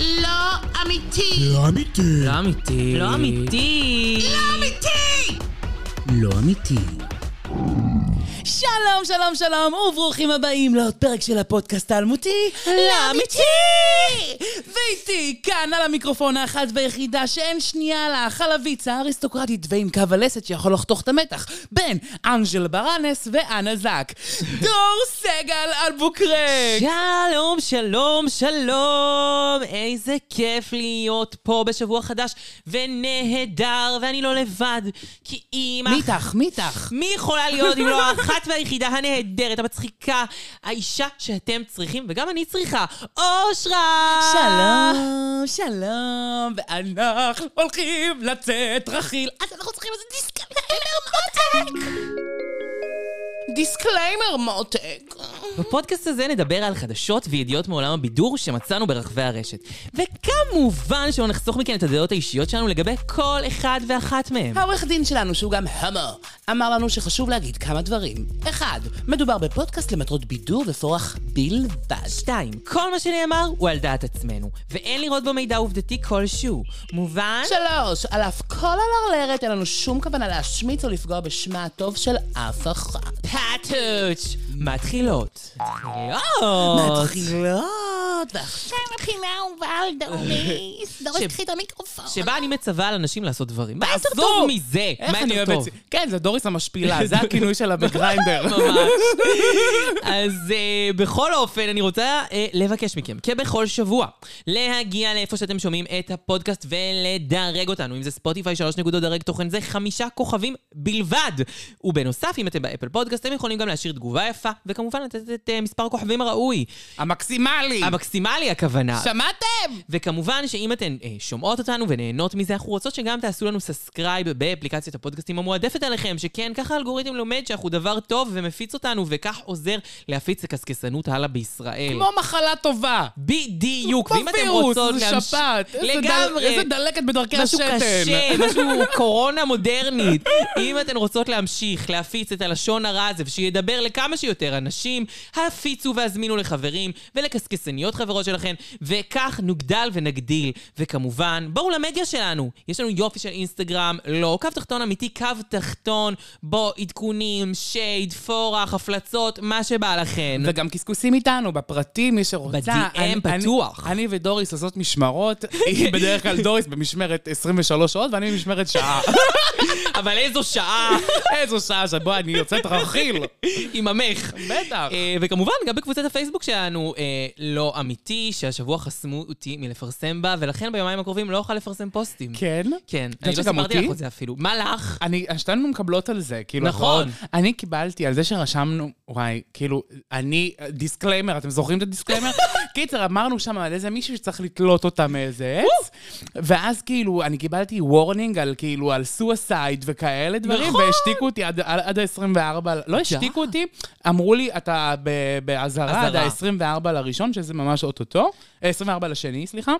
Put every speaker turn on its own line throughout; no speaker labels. לא אמיתי!
לא אמיתי.
לא אמיתי.
לא אמיתי.
לא אמיתי!
לא אמיתי.
שלום, שלום, שלום, וברוכים הבאים לעוד פרק של הפודקאסט האלמותי, לאמיתי! ואיתי כאן על המיקרופון האחת והיחידה שאין שנייה לה, החלבית האריסטוקרטית ועם קו הלסת שיכול לחתוך את המתח בין אנג'ל ברנס ואנה זק. דור סגל אלבוקרק!
שלום, שלום, שלום, איזה כיף להיות פה בשבוע חדש ונהדר, ואני לא לבד, כי אימא...
מי איתך? מי איתך?
מי יכולה להיות אם לא האחת והיחידה הנהדרת, המצחיקה, האישה שאתם צריכים, וגם אני צריכה, אושרה!
שלום, שלום, ואנחנו הולכים לצאת רכיל, אז אנחנו צריכים איזה דיסקליימר מותק!
דיסקליימר מותק.
בפודקאסט הזה נדבר על חדשות וידיעות מעולם הבידור שמצאנו ברחבי הרשת. וכמובן שלא נחסוך מכן את הדעות האישיות שלנו לגבי כל אחד ואחת מהם.
העורך דין שלנו, שהוא גם הומו, אמר לנו שחשוב להגיד כמה דברים. אחד, מדובר בפודקאסט למטרות בידור ופורח בלבד.
2. כל מה שנאמר הוא על דעת עצמנו, ואין לראות בו מידע עובדתי כלשהו. מובן?
שלוש, על אף כל הלרלרת אין לנו שום כוונה להשמיץ או לפגוע בשמה הטוב של אף אחת.
פאטוץ'. מתחילות. מתחילות.
מתחילות, ועכשיו...
מתחילה ובעל דורמיס. דורש, קחי את המיקרופון.
שבה אני מצווה על אנשים לעשות דברים. מה יותר טוב מזה?
איך
מה
אני
יותר
אוהב את
טוב?
זה? כן, זה דוריס המשפילה, זה הכינוי שלה בגריינדר.
ממש. אז אה, בכל אופן, אני רוצה אה, לבקש מכם, כבכל שבוע, להגיע לאיפה שאתם שומעים את הפודקאסט ולדרג אותנו. אם זה ספוטיפיי, שלוש נקודות דרג תוכן, זה חמישה כוכבים בלבד. ובנוסף, אם אתם באפל פודקאסט, אתם יכולים גם להשאיר תגובה יפה, וכמובן לתת את אה, מספר הכוכבים הראוי.
המקסימלי!
המקסימלי הכוונה.
שמעתם?
וכמובן שאם אתן אה, שומעות אותנו ונהנות מזה, אנחנו רוצות שגם תעשו לנו סאסקרייב באפליקציית הפודקאסטים המועדפת עליכם, שכן, ככה האלגוריתם לומד שאנחנו דבר טוב ומפיץ אותנו, וכך עוזר להפיץ הקסקסנות הלאה בישראל.
כמו מחלה טובה.
בדיוק,
כמו
ואם אתם
וירוס,
רוצות
זה
להמש-
שפעת. איזה דל-
לגמרי.
איזה דלקת בדרכי
משהו
השתן.
קשה, משהו קורונה מודרנית. אם אתן רוצות להמשיך להפיץ את הלשון הרע הזה ושידבר לכמה שיותר אנשים, הפיצו והזמינו לחברים ולקסקסניות חברות שלכן, וכך נוגדל ונגדיל. וכמובן, בואו למדיה שלנו. יש לנו יופי של אינסטגרם, לא, קו תחתון אמיתי, קו תחתון, בו עדכונים, שייד, פורח, הפלצות, מה שבא לכן.
וגם קשקוסים איתנו, בפרטי, מי שרוצה.
ב-DM
אני-
פתוח.
אני, אני ודוריס עושות משמרות, היא בדרך כלל דוריס במשמרת 23 שעות ואני במשמרת שעה.
אבל איזו שעה,
איזו שעה שבו אני יוצאת רכיל.
עם עמך.
בטח.
אה, וכמובן, גם בקבוצת הפייסבוק שלנו, אה, לא אמיתי, שהשבוע חסמו אותי מלפרסם בה, ולכן ביומיים הקרובים לא אוכל לפרסם פוסטים.
כן?
כן.
את
אני
יודעת
לא
שגם
סיפרתי
אותי?
לך את זה אפילו. מה לך?
אני, שתינו מקבלות על זה, כאילו,
נכון.
התראות. אני קיבלתי על זה שרשמנו, וואי, כאילו, אני, דיסקליימר, אתם זוכרים את הדיסקליימר? קיצר, אמרנו שם על איזה מישהו שצריך לתלות אותה מאיזה עץ, ואז כאילו, אני קיבלתי וורנינג על כאילו, על סואסייד וכאלה דברים,
נכון.
והשתיקו אותי עד- על- עד ה-24, לא השתיקו אותי, אמרו לי, אתה ב- באזהרה עד
אזהרה.
ה-24 לראשון, שזה ממש אוטוטו, 24 לשני, סליחה.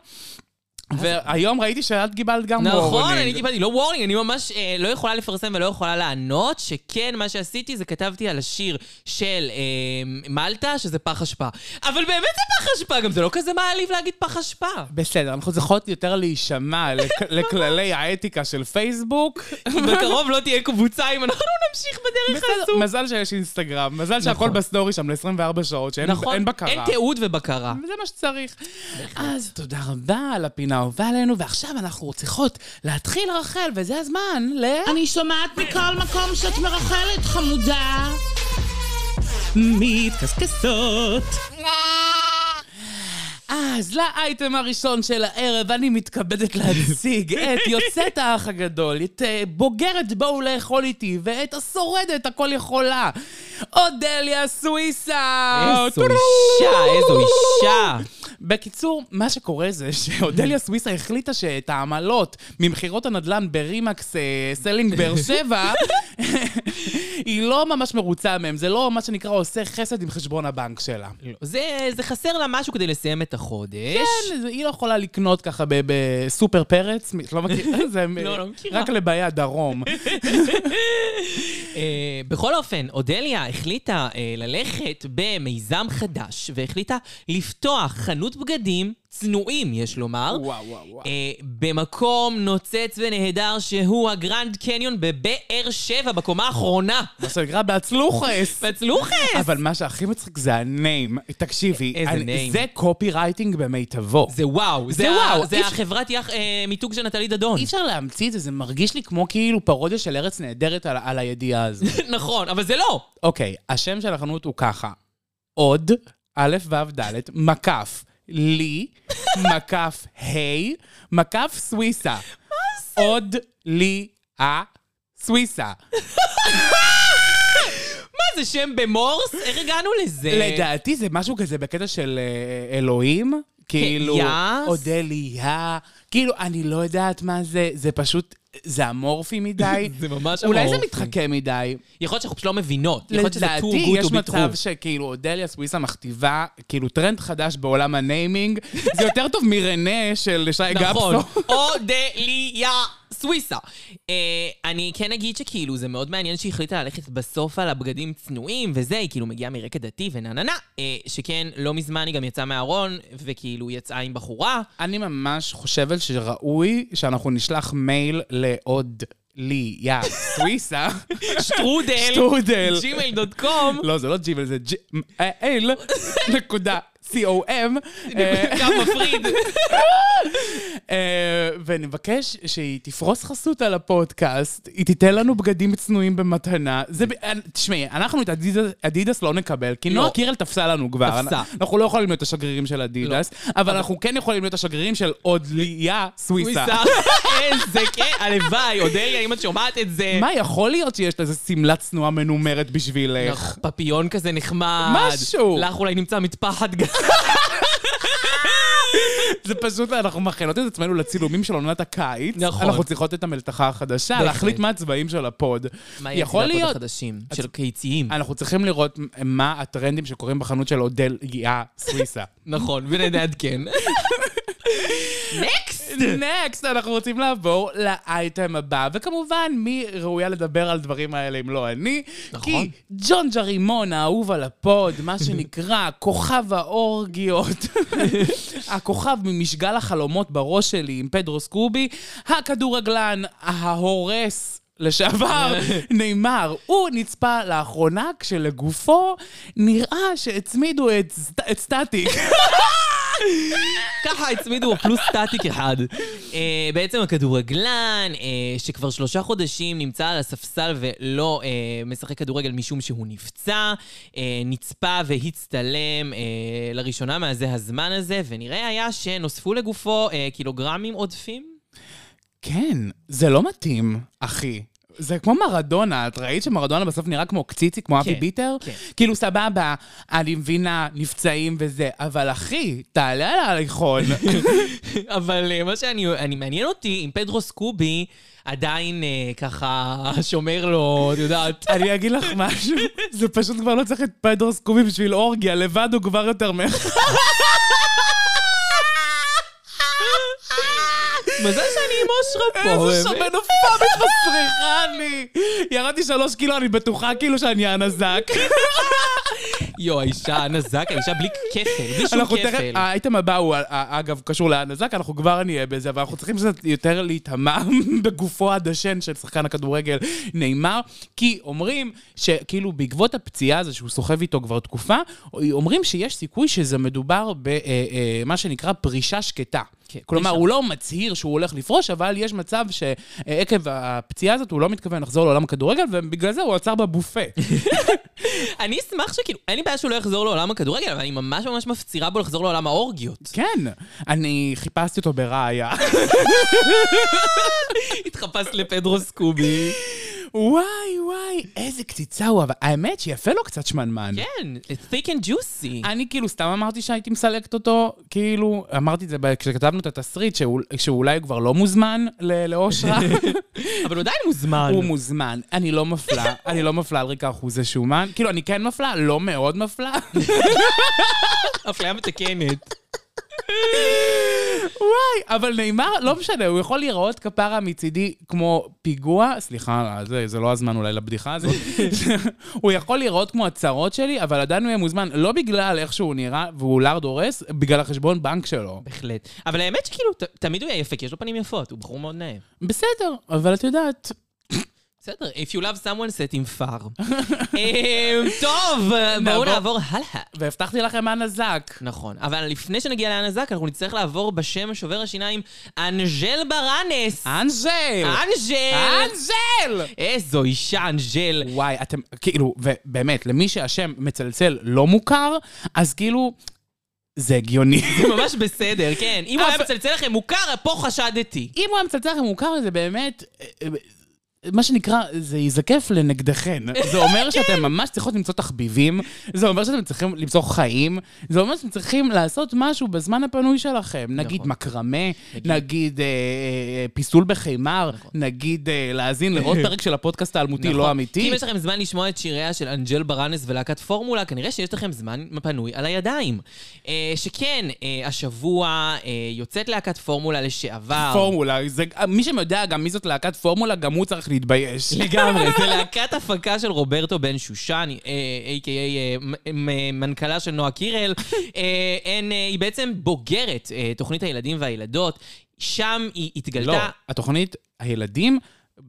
והיום ראיתי שאת קיבלת גם וורנינג.
נכון, אני קיבלתי, לא וורנינג, אני ממש אה, לא יכולה לפרסם ולא יכולה לענות, שכן, מה שעשיתי זה כתבתי על השיר של אה, מלטה, שזה פח אשפה. אבל באמת זה פח אשפה, גם זה לא כזה מעליב להגיד פח אשפה.
בסדר, אנחנו צריכות יותר להישמע לק- לכללי האתיקה של פייסבוק.
בקרוב לא תהיה קבוצה אם אנחנו נמשיך בדרך
בסדר,
הזו.
מזל שיש אינסטגרם, מזל שהכל
נכון.
בסטורי שם ל-24 שעות, שאין אין בקרה.
אין תיעוד ובקרה.
וזה מה שצריך. אז תודה רבה על הפינה האהובה עלינו, ועכשיו אנחנו צריכות להתחיל, רחל, וזה הזמן ל...
אני שומעת מכל מקום שאת מרחלת, חמודה.
מתקסקסות.
אז לאייטם הראשון של הערב, אני מתכבדת להציג את יוצאת האח הגדול, את אה, בוגרת בואו לאכול איתי, ואת השורדת הכל יכולה, אודליה סוויסה!
איזו אישה, איזו אישה.
בקיצור, מה שקורה זה שאודליה סוויסה החליטה שאת העמלות ממכירות הנדל"ן ברימקס אה, סלינג באר שבע, היא לא ממש מרוצה מהם, זה לא מה שנקרא עושה חסד עם חשבון הבנק שלה.
זה, זה חסר לה משהו כדי לסיים את החודש.
כן, זה- היא לא יכולה לקנות ככה ב- בסופר פרץ, מי- לא מכיר, זה מ-
לא, לא מכירה.
רק לבאי הדרום.
אה, בכל אופן, אודליה החליטה אה, ללכת במיזם חדש, והחליטה לפתוח חנות בגדים צנועים, יש לומר.
וואו, וואו, וואו.
אה, במקום נוצץ ונהדר שהוא הגרנד קניון בבאר שבע, בקומה האחרונה.
מה שנקרא בהצלוחס.
בצלוחס!
אבל מה שהכי מצחיק זה הניים. תקשיבי,
איזה
אני-
name.
זה קופי רייטינג במיטבו.
זה וואו.
זה
ה-
וואו, אי
זה
אפ-
החברת יח- אה, מיתוג של נטלי דדון.
אי אפשר להמציא את זה, זה מרגיש לי כמו כאילו פרודיה של ארץ נהדרת על, על הידיעה הזו.
נכון, אבל זה לא.
אוקיי, השם של החנות הוא ככה. עוד, א', ו', ד', מקף, לי, מקף, ה', מקף, סוויסה. מה זה? עוד, לי, אה, סוויסה.
מה, זה שם במורס? איך הגענו לזה?
לדעתי זה משהו כזה בקטע של אה, אלוהים. כאילו,
יעס?
אודליה, כאילו, אני לא יודעת מה זה, זה פשוט, זה אמורפי מדי.
זה ממש
אולי זה
אמורפי.
מתחכה מדי.
יכול להיות שאנחנו פשוט לא מבינות. יכול להיות שזה too
לדעתי,
good
יש
to be
מצב
true.
שכאילו אודליה סוויסה מכתיבה, כאילו טרנד חדש בעולם הניימינג, זה יותר טוב מרנה של שי
נכון.
גפסו.
אודליה סוויסה. אה, אני כן אגיד שכאילו, זה מאוד מעניין שהיא החליטה ללכת בסוף על הבגדים צנועים וזה, היא כאילו מגיעה מרקע דתי ונה נה נה. אה, שכן, לא מזמן היא גם יצאה מהארון, וכאילו יצאה עם בחורה.
אני ממש חושבת שראוי שאנחנו נשלח מייל לאודליה סוויסה,
שטרודל.
שטרודל.
ג'ימייל דוט קום.
לא, זה לא ג'יבל, זה ג'ל, נקודה, co.m. אה,
קו מפריד.
אה, ונבקש שהיא תפרוס חסות על הפודקאסט, היא תיתן לנו בגדים צנועים במתנה. זה, ב- אה, תשמעי, אנחנו את אדידס- אדידס לא נקבל, כי
לא.
נועה קירל תפסה לנו כבר.
תפסה. לא.
אנ- אנחנו לא יכולים להיות השגרירים של אדידס, אבל אנחנו כן יכולים להיות השגרירים של אודליה סוויסה.
סוויסה. איזה כן, הלוואי, אודליה, אם את שומעת את זה.
מה יכול להיות שיש לזה שמלה צנועה מנומרת בשבילך?
איך פפיון כזה נחמד.
משהו.
לך אולי נמצא מטפחת גם.
זה פשוט, אנחנו מכינות את עצמנו לצילומים של עונת הקיץ.
נכון.
אנחנו צריכות את המלתחה החדשה,
בהחלט.
להחליט מה הצבעים של הפוד.
מה יהיה
יכול להיות אה,
החדשים? של קיציים.
אנחנו צריכים לראות מה הטרנדים שקורים בחנות של אודל גיאה סוויסה.
נכון,
כן.
ונעדכן. נקסט!
נקסט, אנחנו רוצים לעבור לאייטם הבא, וכמובן, מי ראויה לדבר על דברים האלה אם לא אני?
נכון.
כי ג'ון ג'רימון, האהוב על הפוד, מה שנקרא כוכב האורגיות, הכוכב ממשגל החלומות בראש שלי עם פדרו סקובי, הכדורגלן ההורס. לשעבר, נאמר, הוא נצפה לאחרונה כשלגופו נראה שהצמידו את סט- את סטטיק.
ככה הצמידו פלוס סטטיק אחד. אה, בעצם הכדורגלן, אה, שכבר שלושה חודשים נמצא על הספסל ולא אה, משחק כדורגל משום שהוא נפצע, אה, נצפה והצטלם אה, לראשונה מזה הזמן הזה, ונראה היה שנוספו לגופו אה, קילוגרמים עודפים.
כן, זה לא מתאים, אחי. זה כמו מרדונה, את ראית שמרדונה בסוף נראה כמו קציצי, כמו אבי ביטר?
כן.
כאילו, סבבה, אני מבינה, נפצעים וזה, אבל אחי, תעלה על ההליכון.
אבל אה, מה שאני, אני מעניין אותי, אם פדרו סקובי עדיין אה, ככה שומר לו, את יודעת,
אני אגיד לך משהו, זה פשוט כבר לא צריך את פדרו סקובי בשביל אורגיה, לבד הוא כבר יותר מ...
מזל שאני עם אושרה פה.
איזה
באמת.
שמנופמת מסריחה לי! ירדתי שלוש קילו, אני בטוחה כאילו שאני הנזק.
יו, האישה הנזק, האישה בלי כפל, בלי שום
אנחנו תכף,
כפל.
האייטם הבא הוא, אה, אגב, קשור להנזק, אנחנו כבר נהיה בזה, אבל אנחנו צריכים קצת יותר להיטמע בגופו הדשן של שחקן הכדורגל נאמר, כי אומרים שכאילו בעקבות הפציעה הזו שהוא סוחב איתו כבר תקופה, אומרים שיש סיכוי שזה מדובר במה שנקרא פרישה שקטה.
כן,
כלומר,
פרישה.
הוא לא מצהיר שהוא הולך לפרוש, אבל יש מצב שעקב הפציעה הזאת הוא לא מתכוון לחזור לעולם הכדורגל, ובגלל זה הוא עצר בבופה.
אני אשמח שכאילו, אין לי בעיה שהוא לא יחזור לעולם הכדורגל, אבל אני ממש ממש מפצירה בו לחזור לעולם האורגיות.
כן, אני חיפשתי אותו בראיה.
התחפשת לפדרו סקובי.
וואי, וואי, איזה קציצה הוא, אבל האמת שיפה לו קצת שמנמן.
כן, it's thick and juicy.
אני כאילו סתם אמרתי שהייתי מסלקת אותו, כאילו, אמרתי את זה ב- כשכתבנו את התסריט, שהוא- שאולי הוא כבר לא מוזמן ל- לאושרה.
אבל הוא עדיין מוזמן.
הוא מוזמן, אני לא מפלה, אני לא מפלה על רקע אחוזי שומן. כאילו, אני כן מפלה, לא מאוד מפלה,
אפליה מתקנת.
וואי, אבל נאמר, לא משנה, הוא יכול להיראות כפרה מצידי כמו פיגוע, סליחה, זה, זה לא הזמן אולי לבדיחה הזאת, הוא יכול להיראות כמו הצרות שלי, אבל עדיין הוא יהיה מוזמן, לא בגלל איך שהוא נראה והוא לארד הורס, בגלל החשבון בנק שלו.
בהחלט. אבל האמת שכאילו, ת- תמיד הוא היה יפה, כי יש לו פנים יפות, הוא בחור מאוד נאה.
בסדר, אבל את יודעת,
בסדר, If you love someone, set him far. אמ, טוב, בואו
נעבור-
נעבור הלאה.
והבטחתי לכם מה נזק.
נכון, אבל לפני שנגיע לאנזק, אנחנו נצטרך לעבור בשם שובר השיניים, אנג'ל ברנס.
אה, אנזל!
אנג'ל!
אנזל!
איזו אישה, אנג'ל.
וואי, אתם, כאילו, ובאמת, למי שהשם מצלצל לא מוכר, אז כאילו, זה הגיוני.
זה ממש בסדר, כן. אם הוא היה
אבל-
מצלצל לכם מוכר, פה חשדתי.
אם הוא היה מצלצל לכם מוכר, זה באמת... אה, אה, מה שנקרא, זה ייזקף לנגדכן. זה
כן.
אומר שאתם ממש צריכות למצוא תחביבים, זה אומר שאתם צריכים למצוא חיים, זה אומר שאתם צריכים לעשות משהו בזמן הפנוי שלכם. נגיד
נכון.
מקרמה,
נגיד.
נגיד אה, אה, פיסול בחימר, נגיד אה, להאזין לעוד פרק של הפודקאסט האלמותי
נכון.
לא
כי
אמיתי.
אם יש לכם זמן לשמוע את שיריה של אנג'ל ברנס ולהקת פורמולה, כנראה שיש לכם זמן פנוי על הידיים. אה, שכן, אה, השבוע אה, יוצאת להקת פורמולה לשעבר.
פורמולה, זה- מי שיודע גם מי זאת להקת פורמולה, גם הוא צריך להתבייש.
לגמרי, זה להקת הפקה של רוברטו בן שושן, אה, a.k.a. אה, מ- מ- מנכ"לה של נועה קירל. אה, אין, אה, היא בעצם בוגרת אה, תוכנית הילדים והילדות. שם היא
לא,
התגלתה...
התוכנית, הילדים,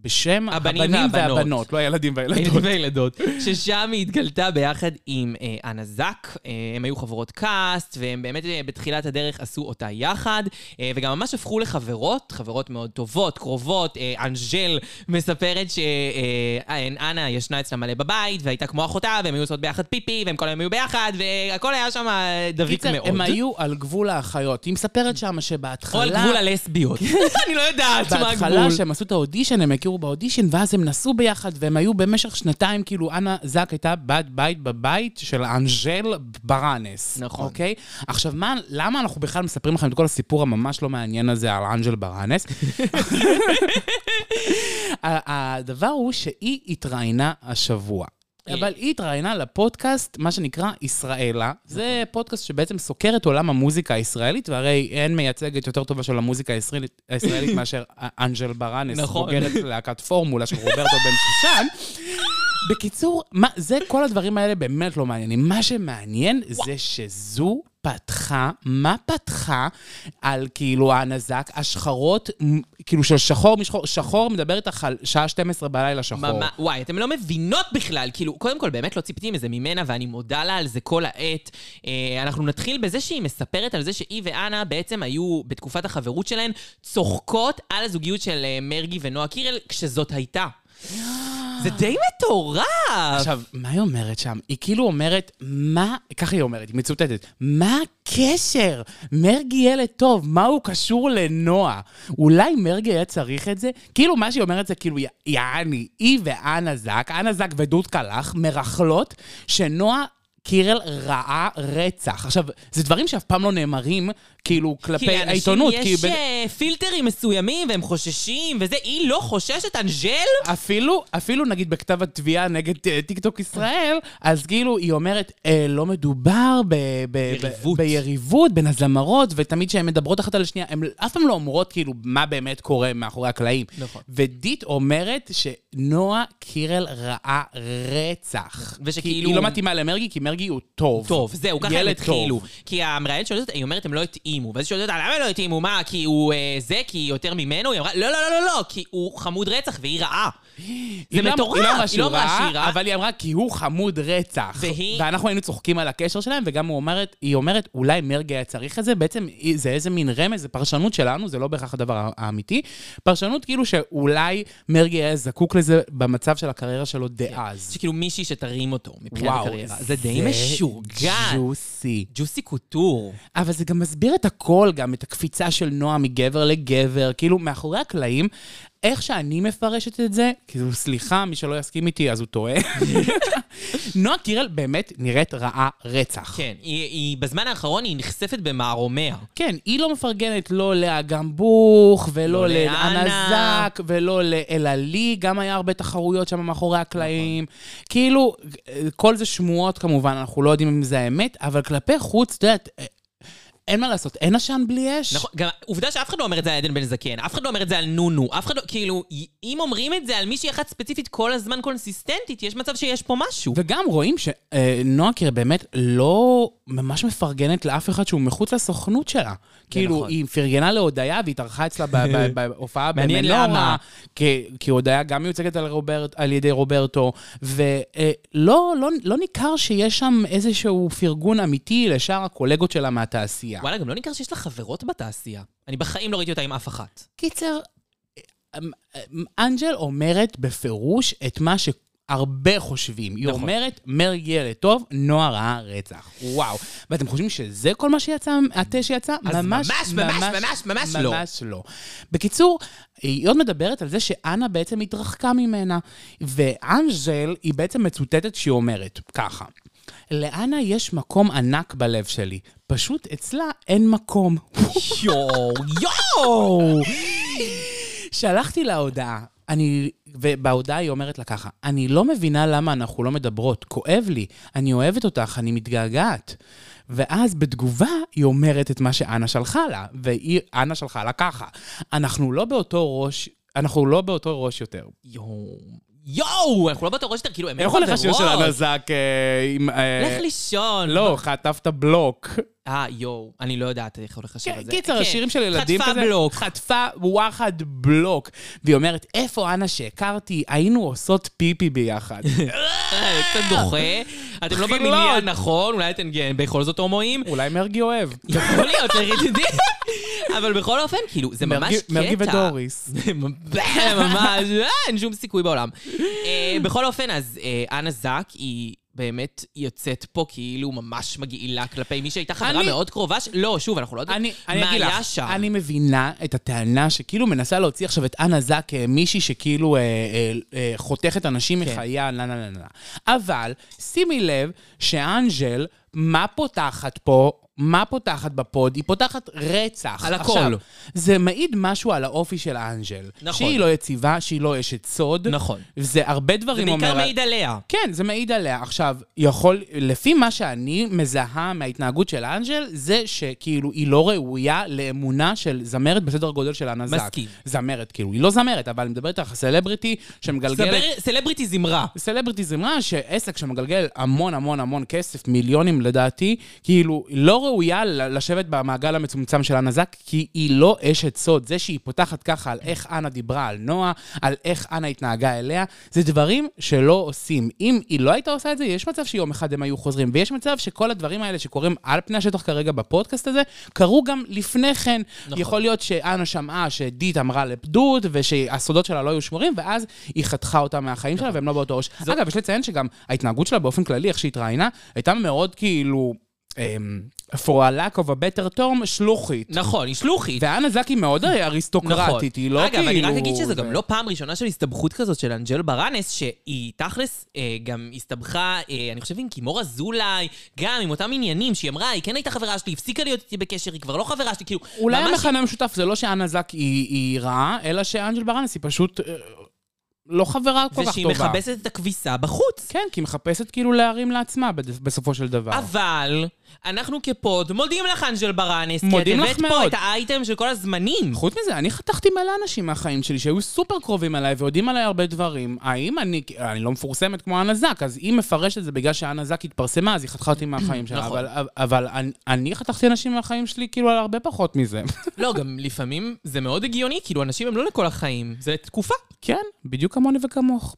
בשם
הבנים
הבנים
והבנות.
והבנות, לא הילדים והילדות.
הילדים והילדות, ששם היא התגלתה ביחד עם אה, אנה זק, אה, הם היו חברות קאסט, והם באמת אה, בתחילת הדרך עשו אותה יחד, אה, וגם ממש הפכו לחברות, חברות מאוד טובות, קרובות. אה, אנג'ל מספרת שאנה ישנה אצלה מלא בבית, והייתה כמו אחותה, והם היו עושות ביחד פיפי, והם כל היום היו ביחד, והכל היה שם אה, דביק
קיצר,
מאוד.
הם היו על גבול האחיות. היא מספרת שם
או
שבהתחלה...
על גבול הלסביות. אני לא יודעת מה הגבול.
כן. בהתחלה, שהם עשו את האודישן, הם הכירו באודישן, ואז הם נסעו ביחד, והם היו במשך שנתיים, כאילו, אנה זק הייתה בת בית בבית של אנג'ל ברנס.
נכון.
אוקיי? עכשיו, מה, למה אנחנו בכלל מספרים לכם את כל הסיפור הממש לא מעניין הזה על אנג'ל ברנס? ה- הדבר הוא שהיא התראיינה השבוע. אבל היא התראיינה לפודקאסט, מה שנקרא ישראלה. זה פודקאסט שבעצם סוקר את עולם המוזיקה הישראלית, והרי אין מייצגת יותר טובה של המוזיקה הישראלית, הישראלית מאשר אנג'ל ברנס,
נכון.
בוגרת להקת פורמולה של רוברטו בן שושן. בקיצור, מה, זה, כל הדברים האלה באמת לא מעניינים. מה שמעניין זה שזו פתחה, מה פתחה על כאילו הנזק, השחרות, מ- כאילו של שחור משחור, שחור מדבר איתך על שעה 12 בלילה שחור.
ממש, וואי, אתם לא מבינות בכלל. כאילו, קודם כל, באמת לא ציפיתי מזה ממנה, ואני מודה לה על זה כל העת. אה, אנחנו נתחיל בזה שהיא מספרת על זה שהיא ואנה בעצם היו, בתקופת החברות שלהן, צוחקות על הזוגיות של אה, מרגי ונועה קירל, כשזאת הייתה. זה די מטורף!
עכשיו, מה היא אומרת שם? היא כאילו אומרת, מה, ככה היא אומרת, היא מצוטטת, מה הקשר? מרגי ילד טוב, מה הוא קשור לנועה? אולי מרגי היה צריך את זה? כאילו, מה שהיא אומרת זה כאילו, יא- יעני, היא ואנה זק, אנה זק ודודקה לך, מרכלות, שנועה... קירל ראה רצח. עכשיו, זה דברים שאף פעם לא נאמרים, כאילו, כלפי העיתונות.
כי
כי
לאנשים יש
בד-
אה, פילטרים מסוימים, והם חוששים, וזה, היא לא חוששת, אנג'ל?
אפילו, אפילו נגיד בכתב התביעה נגד אה, טיקטוק ישראל, אז כאילו היא אומרת, אה, לא מדובר ב, ב,
יריבות.
ב, ביריבות בין הזמרות, ותמיד כשהן מדברות אחת על השנייה, הן אף פעם לא אומרות כאילו מה באמת קורה מאחורי הקלעים.
נכון.
ודית אומרת שנועה קירל ראה רצח.
ושכאילו-
כי היא לא מתאימה למרגי, כי מרגי הוא טוב.
טוב, זהו, ככה הם
ילד
התחילו.
טוב.
כי המראיינת שואלת אותה, היא אומרת, הם לא התאימו. ואז היא שואלת אותה, למה הם לא התאימו? מה, כי הוא אה, זה, כי היא יותר ממנו? היא אמרה, לא, לא, לא, לא, לא, כי הוא חמוד רצח והיא רעה. זה
היא לא-
מטורף,
היא לא אמרה
היא לא
שהיא
אמרה שהיא
רעה,
רעה.
אבל היא אמרה כי הוא חמוד רצח.
והיא-
ואנחנו היינו צוחקים על הקשר שלהם, וגם הוא אומרת, היא אומרת, אולי מרגי היה צריך את זה, בעצם היא- זה איזה מין רמז, זה פרשנות שלנו, זה לא בהכרח הדבר ה- האמיתי. פרשנות כאילו שאולי מרגי היה זקוק לזה במצב של הקריירה שלו דאז.
שכאילו כאילו מישהי שתרים אותו מבחינת
וואו,
הקריירה. זה די משוגע.
ג'וסי.
ג'וסי קוטור.
אבל זה גם מסביר את הכל, גם את הקפיצה של נועה מגבר לגבר, כאילו, מאחורי הקלעים, איך שאני מפרשת את זה, כאילו, סליחה, מי שלא יסכים איתי, אז הוא טועה. נועה קירל באמת נראית רעה רצח.
כן, היא, היא, בזמן האחרון היא נחשפת במערומיה.
כן, היא לא מפרגנת לא לאגמבוך,
לא
ולא
לאנה.
לאנזק, ולא לאלעלי, גם היה הרבה תחרויות שם מאחורי הקלעים. כאילו, כל זה שמועות כמובן, אנחנו לא יודעים אם זה האמת, אבל כלפי חוץ, את יודעת, אין מה לעשות, אין עשן בלי אש.
נכון, גם עובדה שאף אחד לא אומר את זה על עדן בן זקן, אף אחד לא אומר את זה על נונו, אף אחד לא, כאילו, י- אם אומרים את זה על מישהי אחת ספציפית כל הזמן קונסיסטנטית, יש מצב שיש פה משהו.
וגם רואים שנועה קיר באמת לא ממש מפרגנת לאף אחד שהוא מחוץ לסוכנות שלה. כאילו,
נכון.
היא פרגנה להודיה והתארחה אצלה ב- ב- בהופעה
מעניין למה.
במנורה, כי- כי הודיה גם מיוצגת על, רוברט, על ידי רוברטו, ולא לא, לא ניכר שיש שם איזשהו פרגון אמיתי לשאר הקולגות שלה מהתעשייה.
וואלה, גם לא ניכר שיש לה חברות בתעשייה. אני בחיים לא ראיתי אותה עם אף אחת.
קיצר, אנג'ל אומרת בפירוש את מה ש... הרבה חושבים. היא
נכון.
אומרת, מרגי ילד טוב, נועה ראה רצח. וואו. ואתם חושבים שזה כל מה שיצא, התה שיצא?
אז ממש, ממש, ממש, ממש לא.
ממש לא. בקיצור, היא עוד מדברת על זה שאנה בעצם התרחקה ממנה, ואנג'ל היא בעצם מצוטטת שהיא אומרת ככה: לאנה יש מקום ענק בלב שלי, פשוט אצלה אין מקום.
יואו, יואו!
שלחתי לה הודעה, אני, ובהודעה היא אומרת לה ככה, אני לא מבינה למה אנחנו לא מדברות, כואב לי, אני אוהבת אותך, אני מתגעגעת. ואז בתגובה היא אומרת את מה שאנה שלחה לה, ואנה שלחה לה ככה, אנחנו לא באותו ראש, אנחנו לא באותו ראש יותר.
יואו, יואו, אנחנו לא באותו ראש יותר, כאילו, הם
איך הולך השיר של
חברות.
הנזק אה, עם... אה,
לך לישון.
לא, חטפת בלוק.
אה, יואו, אני לא יודעת איך הולך השיר הזה.
קיצר,
כן,
השירים של ילדים כזה.
חטפה בלוק.
חטפה וואחד בלוק. והיא אומרת, איפה אנה שהכרתי? היינו עושות פיפי ביחד.
אה, קצת דוחה. אתם לא
חילות.
במניין נכון, אולי אתם כן, בכל זאת הומואים.
אולי מרגי אוהב.
יכול להיות, לרדידי. אבל בכל אופן, כאילו, זה ממש
מרגי-
קטע.
מרגי ודוריס.
ממש, אה, אין שום סיכוי בעולם. אה, בכל אופן, אז אה, אנה זק היא... באמת יוצאת פה כאילו ממש מגעילה כלפי מי שהייתה חברה
אני-
מאוד קרובה ש... לא, שוב, אנחנו לא יודעים
אני, אני
מה
אגיד
היה
לך,
שם.
אני מבינה את הטענה שכאילו מנסה להוציא עכשיו את אנה זק כמישהי שכאילו אה, אה, אה, חותכת אנשים מחייה, נה נה נה נה. אבל שימי לב שאנג'ל, מה פותחת פה? מה פותחת בפוד? היא פותחת רצח.
על הכל.
עכשיו, זה מעיד משהו על האופי של אנג'ל.
נכון.
שהיא לא יציבה, שהיא לא אשת סוד.
נכון.
זה הרבה דברים
זה
אומר...
בעיקר מעיד עליה.
כן, זה מעיד עליה. עכשיו, יכול, לפי מה שאני מזהה מההתנהגות של אנג'ל, זה שכאילו היא לא ראויה לאמונה של זמרת בסדר גודל של הנזק.
מסכים.
זמרת, כאילו, היא לא זמרת, אבל אני מדברת איתך סלבריטי שמגלגלת...
סבר- סלבריטי זמרה.
סלבריטי זמרה שעסק שמגלגל המון המון המון כסף, מיליונים לדעתי, כאילו לא ראויה ל- לשבת במעגל המצומצם של אנה זק, כי היא לא אשת סוד. זה שהיא פותחת ככה על איך אנה דיברה על נועה, על איך אנה התנהגה אליה, זה דברים שלא עושים. אם היא לא הייתה עושה את זה, יש מצב שיום אחד הם היו חוזרים, ויש מצב שכל הדברים האלה שקורים על פני השטח כרגע בפודקאסט הזה, קרו גם לפני כן. נכון. יכול להיות שאנה שמעה שדית אמרה לפדות, ושהסודות שלה לא היו שמורים, ואז היא חתכה אותה מהחיים
נכון.
שלה, והם לא באותו ראש. זו... אגב, יש לציין שגם ההתנהגות שלה באופן כללי, איך שהיא התראיינה, הייתה מאוד כאילו, אמ, for a lack of a better term, שלוחית.
נכון, היא שלוחית.
ואנה זקי מאוד אריסטוקרטית, היא לא
נכון. אגב,
כאילו...
אגב, אני רק אגיד שזו
זה-
גם לא פעם ראשונה של הסתבכות כזאת של אנג'ל ברנס, שהיא תכלס אה, גם הסתבכה, אה, אני חושב עם קימור אזולאי, גם עם אותם עניינים שהיא אמרה, היא כן הייתה חברה שלי, הפסיקה להיות איתי בקשר, היא כבר לא חברה שלי, כאילו,
אולי
ממש-
המכנה המשותף זה לא שאנה זק היא, היא רעה, אלא שאנג'ל ברנס היא פשוט אה, לא חברה כל כך טובה.
ושהיא מכבסת את הכביסה בחוץ.
כן, כי היא מחפשת כאילו להרים לעצמה בד- בסופו של דבר.
אבל אנחנו כפוד מודים לך, אנג'ל ברנס, כי את
מודים
הבאת
לך
פה
מאוד.
את האייטם של כל הזמנים.
חוץ מזה, אני חתכתי מלא אנשים מהחיים שלי שהיו סופר קרובים אליי ויודעים עליי הרבה דברים. האם אני, אני לא מפורסמת כמו אנה זק, אז היא מפרשת את זה בגלל שאנה זק התפרסמה, אז היא חתכה אותי מהחיים שלה.
נכון.
אבל, אבל אני, אני חתכתי אנשים מהחיים שלי כאילו על הרבה פחות מזה.
לא, גם לפעמים זה מאוד הגיוני, כאילו, אנשים הם לא לכל החיים, זה תקופה.
כן, בדיוק כמוני וכמוך.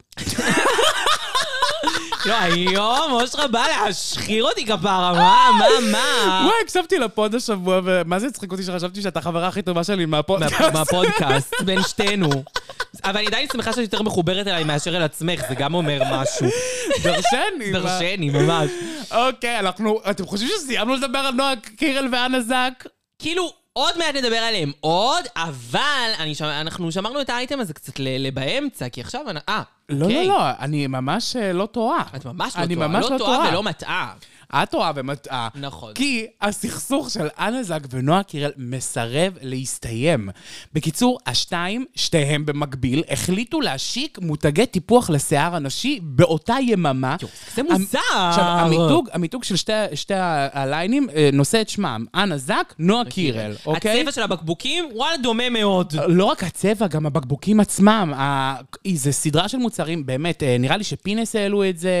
לא, היום אושרה בא להשחיר אותי כפרה, מה, מה, מה?
וואי, הקשבתי לפוד השבוע, ומה זה הצחיק אותי שחשבתי שאתה החברה הכי טובה שלי מהפודקאסט.
מהפודקאסט, בין שתינו. אבל אני עדיין שמחה שאת יותר מחוברת אליי מאשר אל עצמך, זה גם אומר משהו.
דרשני. מה?
דרשני, ממש.
אוקיי, אנחנו, אתם חושבים שסיימנו לדבר על נועה קירל ואנה זק?
כאילו, עוד מעט נדבר עליהם עוד, אבל אני שמ- אנחנו שמרנו את האייטם הזה קצת ל- לבאמצע, כי עכשיו... אנ- אה,
לא, לא, לא, אני ממש אה, לא טועה.
את ממש לא
אני
טועה.
ממש
לא טועה ולא מטעה.
את טועה ומטעה.
נכון.
כי הסכסוך של אנה זק ונועה קירל מסרב להסתיים. בקיצור, השתיים, שתיהם במקביל, החליטו להשיק מותגי טיפוח לשיער הנשי באותה יממה. אמ,
זה מוזר.
עכשיו, המיתוג, המיתוג של שתי, שתי ה- הליינים אה, נושא את שמם. אנה זק, נועה קירל, אוקיי?
כאילו, הצבע של הבקבוקים, וואלה, דומה מאוד.
לא רק הצבע, גם הבקבוקים עצמם. ה- היא- זה סדרה של מוצרים, באמת, אה, נראה לי שפינס העלו את זה,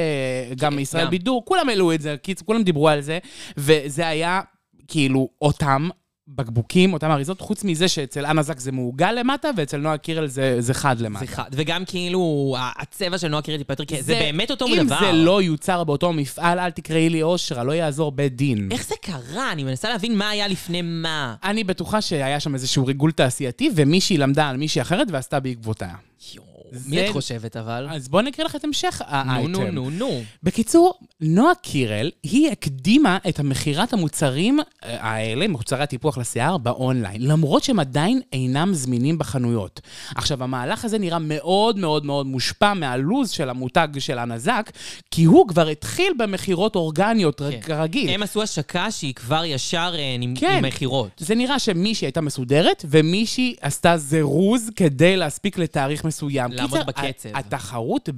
גם ישראל
כן, גם.
בידור, כולם העלו את זה, כי כולם דיברו על זה, וזה היה כאילו אותם. בקבוקים, אותם אריזות, חוץ מזה שאצל אנה זק זה מעוגל למטה, ואצל נועה קירל זה, זה חד למטה.
זה חד. וגם כאילו, ה- הצבע של נועה קירלי פטריק, זה באמת אותו
אם
דבר.
אם זה לא יוצר באותו מפעל, אל תקראי לי אושרה, לא יעזור בית דין.
איך זה קרה? אני מנסה להבין מה היה לפני מה.
אני בטוחה שהיה שם איזשהו ריגול תעשייתי, ומישהי למדה על מישהי אחרת ועשתה בעקבותיה.
יואו,
זה-
מי את חושבת אבל?
אז בואו נקריא לך את המשך
נו,
האייטם.
נו, נו, נו.
בקיצור, נועה קירל, היא הקדימה את המכירת המוצרים אה, האלה, מוצרי הטיפוח לשיער, באונליין, למרות שהם עדיין אינם זמינים בחנויות. עכשיו, המהלך הזה נראה מאוד מאוד מאוד מושפע מהלוז של המותג של הנזק, כי הוא כבר התחיל במכירות אורגניות כן. כרגיל.
הם עשו השקה שהיא כבר ישר אה, נמ-
כן.
עם מכירות.
זה נראה שמישהי הייתה מסודרת, ומישהי עשתה זירוז כדי להספיק לתאריך מסוים.
לעמוד
קיצר,
בקצב.
ה- התחרות...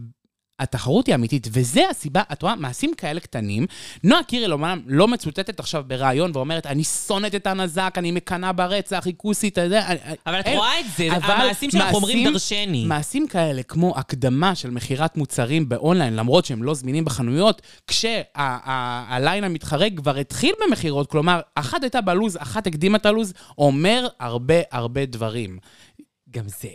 התחרות היא אמיתית, וזה הסיבה, את רואה, מעשים כאלה קטנים. נועה קירל אומנם לא מצוטטת עכשיו בריאיון ואומרת, אני שונאת את הנזק, אני מקנאה ברצח, היא כוסית, אתה יודע, אני-
אבל את
אין.
רואה את זה,
אבל
המעשים שלך אומרים
מעשים-
דרשני.
מעשים כאלה, כמו הקדמה של מכירת מוצרים באונליין, למרות שהם לא זמינים בחנויות, כשהליין המתחרה כבר התחיל במכירות, כלומר, אחת הייתה בלוז, אחת הקדימה את הלוז, אומר הרבה הרבה דברים.
גם זה,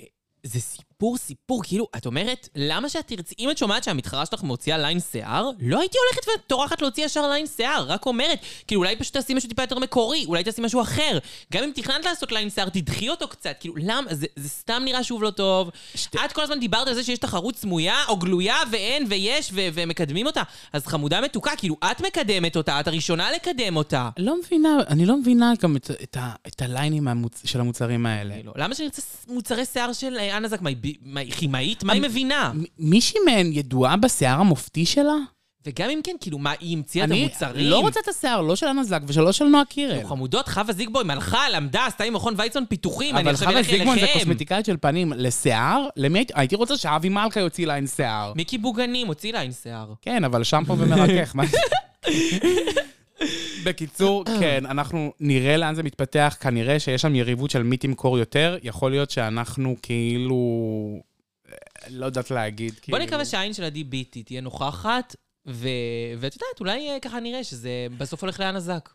זה סיפור, סיפור, כאילו, את אומרת, למה שאת תרצי, אם את שומעת שהמתחרה שלך מוציאה ליין שיער, לא הייתי הולכת וטורחת להוציא ישר ליין שיער, רק אומרת, כאילו, אולי פשוט תעשי משהו טיפה יותר מקורי, אולי תעשי משהו אחר. גם אם תכננת לעשות ליין שיער, תדחי אותו קצת, כאילו, למה, זה, זה סתם נראה שוב לא טוב. את כל הזמן דיברת על זה שיש תחרות סמויה או גלויה, ואין, ויש, ו- ומקדמים אותה. אז חמודה מתוקה, כאילו, את מקדמת אותה, את הראשונה לקדם אותה.
לא מבינה, אני לא מבינה גם את, את, ה- את הליינים המוצ... של המוצרים האלה.
לא, למה שאני רוצה ס- מוצרי שיער של אה, אנה זק? מה, היא ב- מה, היא כימאית? מה היא מבינה?
מ- מישהי מהן ידועה בשיער המופתי שלה?
וגם אם כן, כאילו, מה, היא המציאה את המוצרים?
לא רוצה את השיער, לא של הנזק ושלא של נועה קירל.
חמודות, חווה זיגבוים הלכה, למדה, עשתה עם מכון ויצמן פיתוחים, אני
אבל
עכשיו
חווה
אלך
זיגמון זה
אליכם.
קוסמטיקאית של פנים לשיער? למי הייתי- הייתי רוצה שאבי מלכה יוציא ליין שיער.
מיקי בוגנים, הוציא לה עם שיער.
כן, אבל שמפו ומרכך, מה זה? בקיצור, כן, אנחנו נראה לאן זה מתפתח, כנראה שיש שם יריבות של מי תמכור יותר, יכול להיות שאנחנו כאילו... אה, לא יודעת להגיד, כאילו...
בוא נקווה שהעין של עדי ביטי תהיה נוכחת, ו- ואת יודעת, אולי אה, ככה נראה שזה בסוף הולך לאן הזק.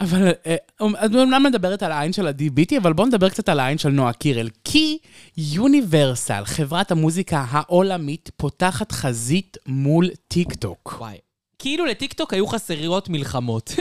אבל אה, את אומנם מדברת על העין של עדי ביטי, אבל בואו נדבר קצת על העין של נועה קירל. כי יוניברסל, חברת המוזיקה העולמית, פותחת חזית מול טיק טוק.
וואי. כאילו לטיקטוק היו חסרות מלחמות.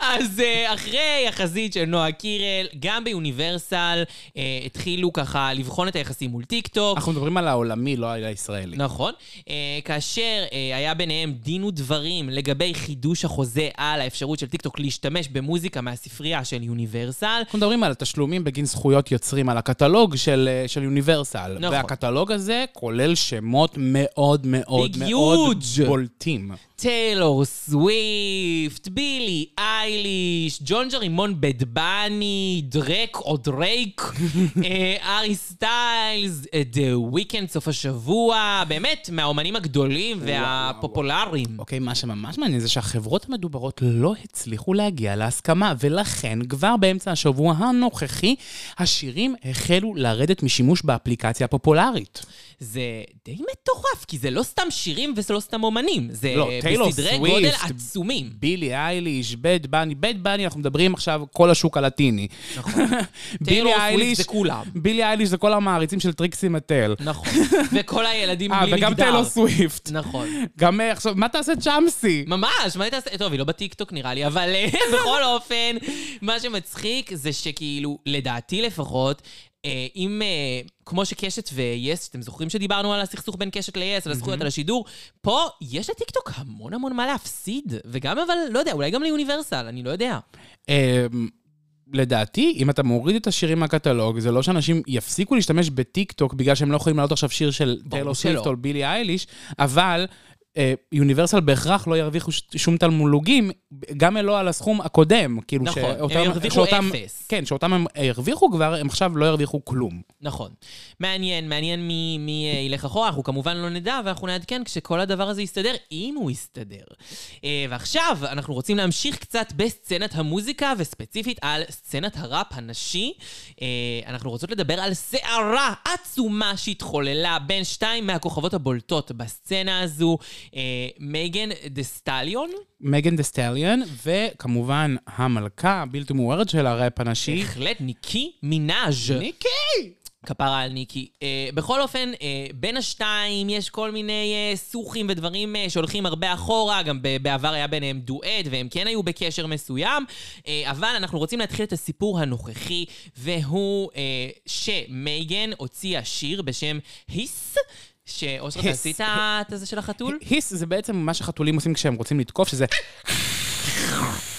אז אה, אחרי החזית של נועה קירל, גם ביוניברסל אה, התחילו ככה לבחון את היחסים מול טיקטוק.
אנחנו מדברים על העולמי, לא על הישראלי.
נכון. אה, כאשר אה, היה ביניהם דין ודברים לגבי חידוש החוזה על האפשרות של טיקטוק להשתמש במוזיקה מהספרייה של יוניברסל,
אנחנו מדברים על התשלומים בגין זכויות יוצרים על הקטלוג של, אה, של יוניברסל.
נכון.
והקטלוג הזה כולל שמות מאוד מאוד
Big
מאוד
huge.
בולטים.
טיילור סוויפט, בילי אייליש, ג'ון ג'רימון בד בני, דרק או דרייק, אה, ארי סטיילס, אה, דה וויקנד סוף השבוע, באמת, מהאומנים הגדולים והפופולריים.
אוקיי, מה שממש מעניין זה שהחברות המדוברות לא הצליחו להגיע להסכמה, ולכן כבר באמצע השבוע הנוכחי, השירים החלו לרדת משימוש באפליקציה הפופולרית.
זה די מטורף, כי זה לא סתם שירים וזה לא סתם אומנים. זה
לא, טיילור
בסדרי
סוויפט.
גודל עצומים.
בילי אייליש, בד בני, בד בני, אנחנו מדברים עכשיו כל השוק הלטיני.
נכון. טיילור
בילי
סוויפט
אייליש,
זה כולם.
בילי אייליש זה כל המעריצים של טריקסי מטל.
נכון. וכל הילדים
אה,
בלי מגדר.
וגם טיילור סוויפט.
נכון.
גם אה, עכשיו, מה תעשה צ'אמסי?
ממש, מה היא תעשה? טוב, היא לא בטיקטוק נראה לי, אבל אה, בכל אופן, מה שמצחיק זה שכאילו, לדעתי לפחות, אה, אם, אה, כמו שקשת ויס, אתם זוכרים שדיברנו על הסכסוך בין קשת ליס, על הזכויות על השידור, פה יש לטיקטוק המון המון מה להפסיד, וגם אבל, לא יודע, אולי גם ליוניברסל, אני לא יודע.
אה, לדעתי, אם אתה מוריד את השירים מהקטלוג, זה לא שאנשים יפסיקו להשתמש בטיקטוק בגלל שהם לא יכולים לעלות עכשיו שיר של טיילור
שלא.
סוויפט או בילי אייליש, אבל אה, יוניברסל בהכרח לא ירוויחו ש- שום תלמולוגים, גם לא על הסכום הקודם. כאילו
נכון,
שאותם-
הם ירוויחו
שאותם-
אפס.
כן, שאותם הם הרוויחו כבר, הם עכשיו לא ירוויחו כלום.
נכון. מעניין, מעניין מי, מי אה, ילך אחורה, אנחנו כמובן לא נדע, ואנחנו נעדכן כשכל הדבר הזה יסתדר, אם הוא יסתדר. אה, ועכשיו, אנחנו רוצים להמשיך קצת בסצנת המוזיקה, וספציפית על סצנת הראפ הנשי. אה, אנחנו רוצות לדבר על סערה עצומה שהתחוללה בין שתיים מהכוכבות הבולטות בסצנה הזו, אה, מייגן דה סטליון.
מגן דה סטליאן, וכמובן המלכה הבלתי מעוררת של הראפ הנשי.
בהחלט, ניקי מנאז'. ניקי! כפרה על ניקי. אה, בכל אופן, אה, בין השתיים יש כל מיני אה, סוכים ודברים אה, שהולכים הרבה אחורה, גם ב- בעבר היה ביניהם דואט, והם כן היו בקשר מסוים, אה, אבל אנחנו רוצים להתחיל את הסיפור הנוכחי, והוא אה, שמייגן הוציאה שיר בשם היס, שאושרת, אתה
היס.
עשית את הזה של החתול?
היס זה בעצם מה שחתולים עושים כשהם רוצים לתקוף, שזה...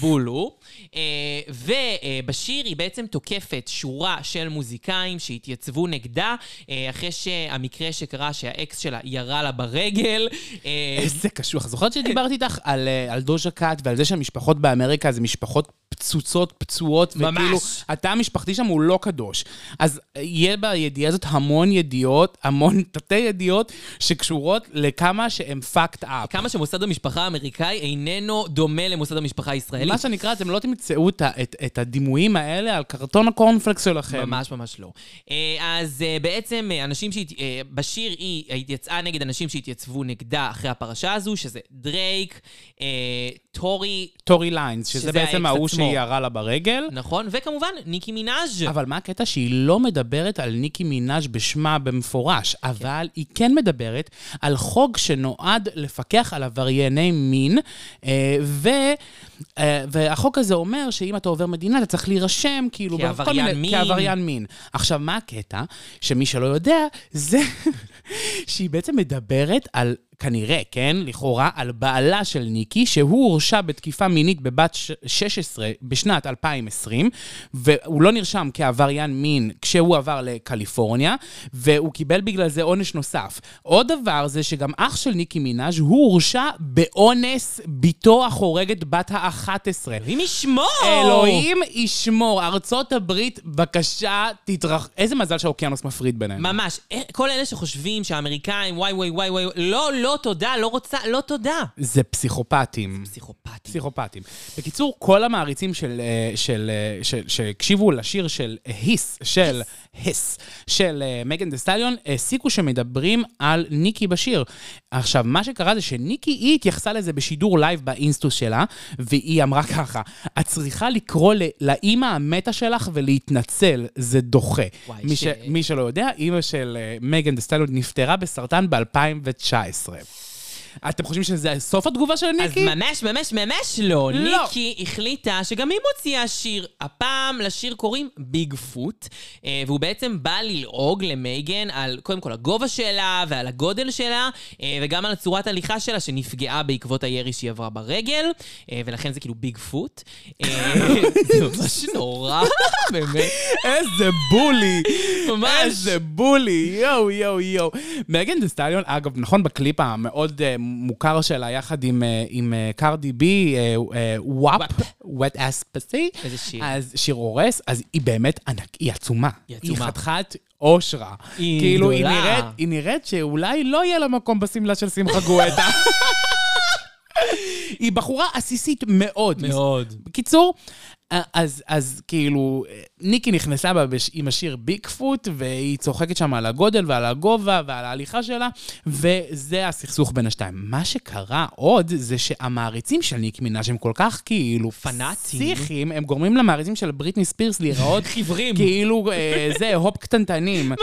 בולו, אה, ובשיר היא בעצם תוקפת שורה של מוזיקאים שהתייצבו נגדה, אה, אחרי שהמקרה שקרה שהאקס שלה ירה לה ברגל. אה,
איזה קשוח. זוכרת שדיברתי איתך על, אה, על דוז'ה קאט ועל זה שהמשפחות באמריקה זה משפחות פצוצות, פצועות,
ממש.
וכאילו, התא המשפחתי שם הוא לא קדוש. אז אה, יהיה בידיעה הזאת המון ידיעות, המון תתי ידיעות, שקשורות לכמה שהם fucked up.
כמה שמוסד המשפחה האמריקאי איננו דומה למוסד המשפחה הישראלי.
מה שנקרא, אתם לא תמצאו את, ה- את, את הדימויים האלה על קרטון הקורנפלקס שלכם.
ממש ממש לא. אה, אז אה, בעצם אה, אנשים שהת... אה, בשיר היא אה, התייצאה נגד אנשים שהתייצבו נגדה אחרי הפרשה הזו, שזה דרייק, אה, טורי,
טורי ליינס, שזה,
שזה
בעצם
האקס
ההוא
עצמו.
שהיא ירה לה ברגל.
נכון? וכמובן, ניקי מנאז'.
אבל מה הקטע? שהיא לא מדברת על ניקי מינאז' בשמה במפורש, אבל היא כן מדברת על חוג שנועד לפקח על עברייני מין, אה, ו... אה, והחוק הזה אומר שאם אתה עובר מדינה, אתה צריך להירשם, כאילו, בכל
כעבריין
מיני-
מין.
כעבריין מין. עכשיו, מה הקטע? שמי שלא יודע, זה שהיא בעצם מדברת על, כנראה, כן, לכאורה, על בעלה של ניקי, שהוא הורשע בתקיפה מינית בבת ש- 16 בשנת 2020, והוא לא נרשם כעבריין מין כשהוא עבר לקליפורניה, והוא קיבל בגלל זה עונש נוסף. עוד דבר זה שגם אח של ניקי מינאז' הוא הורשע באונס בתו החורגת בת ה-11.
אלוהים ישמור!
אלוהים ישמור, ארצות הברית, בבקשה, תתרח... איזה מזל שהאוקיינוס מפריד ביניהם.
ממש. אה, כל אלה שחושבים שהאמריקאים, וואי וואי וואי וואי, לא, לא תודה, לא רוצה, לא תודה.
זה פסיכופטים.
פסיכופטים.
פסיכופטים. בקיצור, כל המעריצים של, אה, של, אה, של, שהקשיבו לשיר של אה, היס, של היס, של אה, מגן דה סטליון, הסיקו שמדברים על ניקי בשיר. עכשיו, מה שקרה זה שניקי, היא התייחסה לזה בשידור לייב באינסטוס שלה, והיא אמרה ככה, את צריכה לקרוא ל- לאימא המתה שלך ולהתנצל, זה דוחה.
וואי,
מי,
ש-
ש... מי שלא יודע, אימא של אה, מגן דה סטליון נפטרה בסרטן ב-2019. אתם חושבים שזה סוף התגובה של
אז
ניקי?
ממש, ממש, ממש לא.
לא.
ניקי החליטה שגם היא מוציאה שיר. הפעם לשיר קוראים ביג פוט, אה, והוא בעצם בא ללעוג למייגן על קודם כל הגובה שלה ועל הגודל שלה, אה, וגם על צורת הליכה שלה שנפגעה בעקבות הירי שהיא עברה ברגל, אה, ולכן זה כאילו ביג פוט. אה, זה ממש נורא, באמת.
איזה בולי!
ממש.
איזה בולי! יואו, יואו, יואו. מגן דה סטליון, אגב, נכון, בקליפ המאוד אה, מוכר שלה, יחד עם, אה, עם אה, קרדי בי, אה, אה, וואפ, wet ass pussy.
איזה שיר.
אז שיר הורס, אז היא באמת ענק, היא עצומה.
היא עצומה.
היא חתיכת אושרה.
היא
כאילו, היא
גדולה.
נראית, היא נראית שאולי לא יהיה לה מקום בשמלה של שמחה גואטה. היא בחורה עסיסית מאוד.
מאוד.
בקיצור, אז, אז כאילו, ניקי נכנסה בה בש, עם השיר ביגפוט, והיא צוחקת שם על הגודל ועל הגובה ועל ההליכה שלה, וזה הסכסוך בין השתיים. מה שקרה עוד, זה שהמעריצים של ניק מנאז' הם כל כך כאילו...
פנאטים.
פסיכיים, הם גורמים למעריצים של בריטני ספירס להיראות...
חיוורים.
כאילו, אה, זה, הופ קטנטנים. ממש.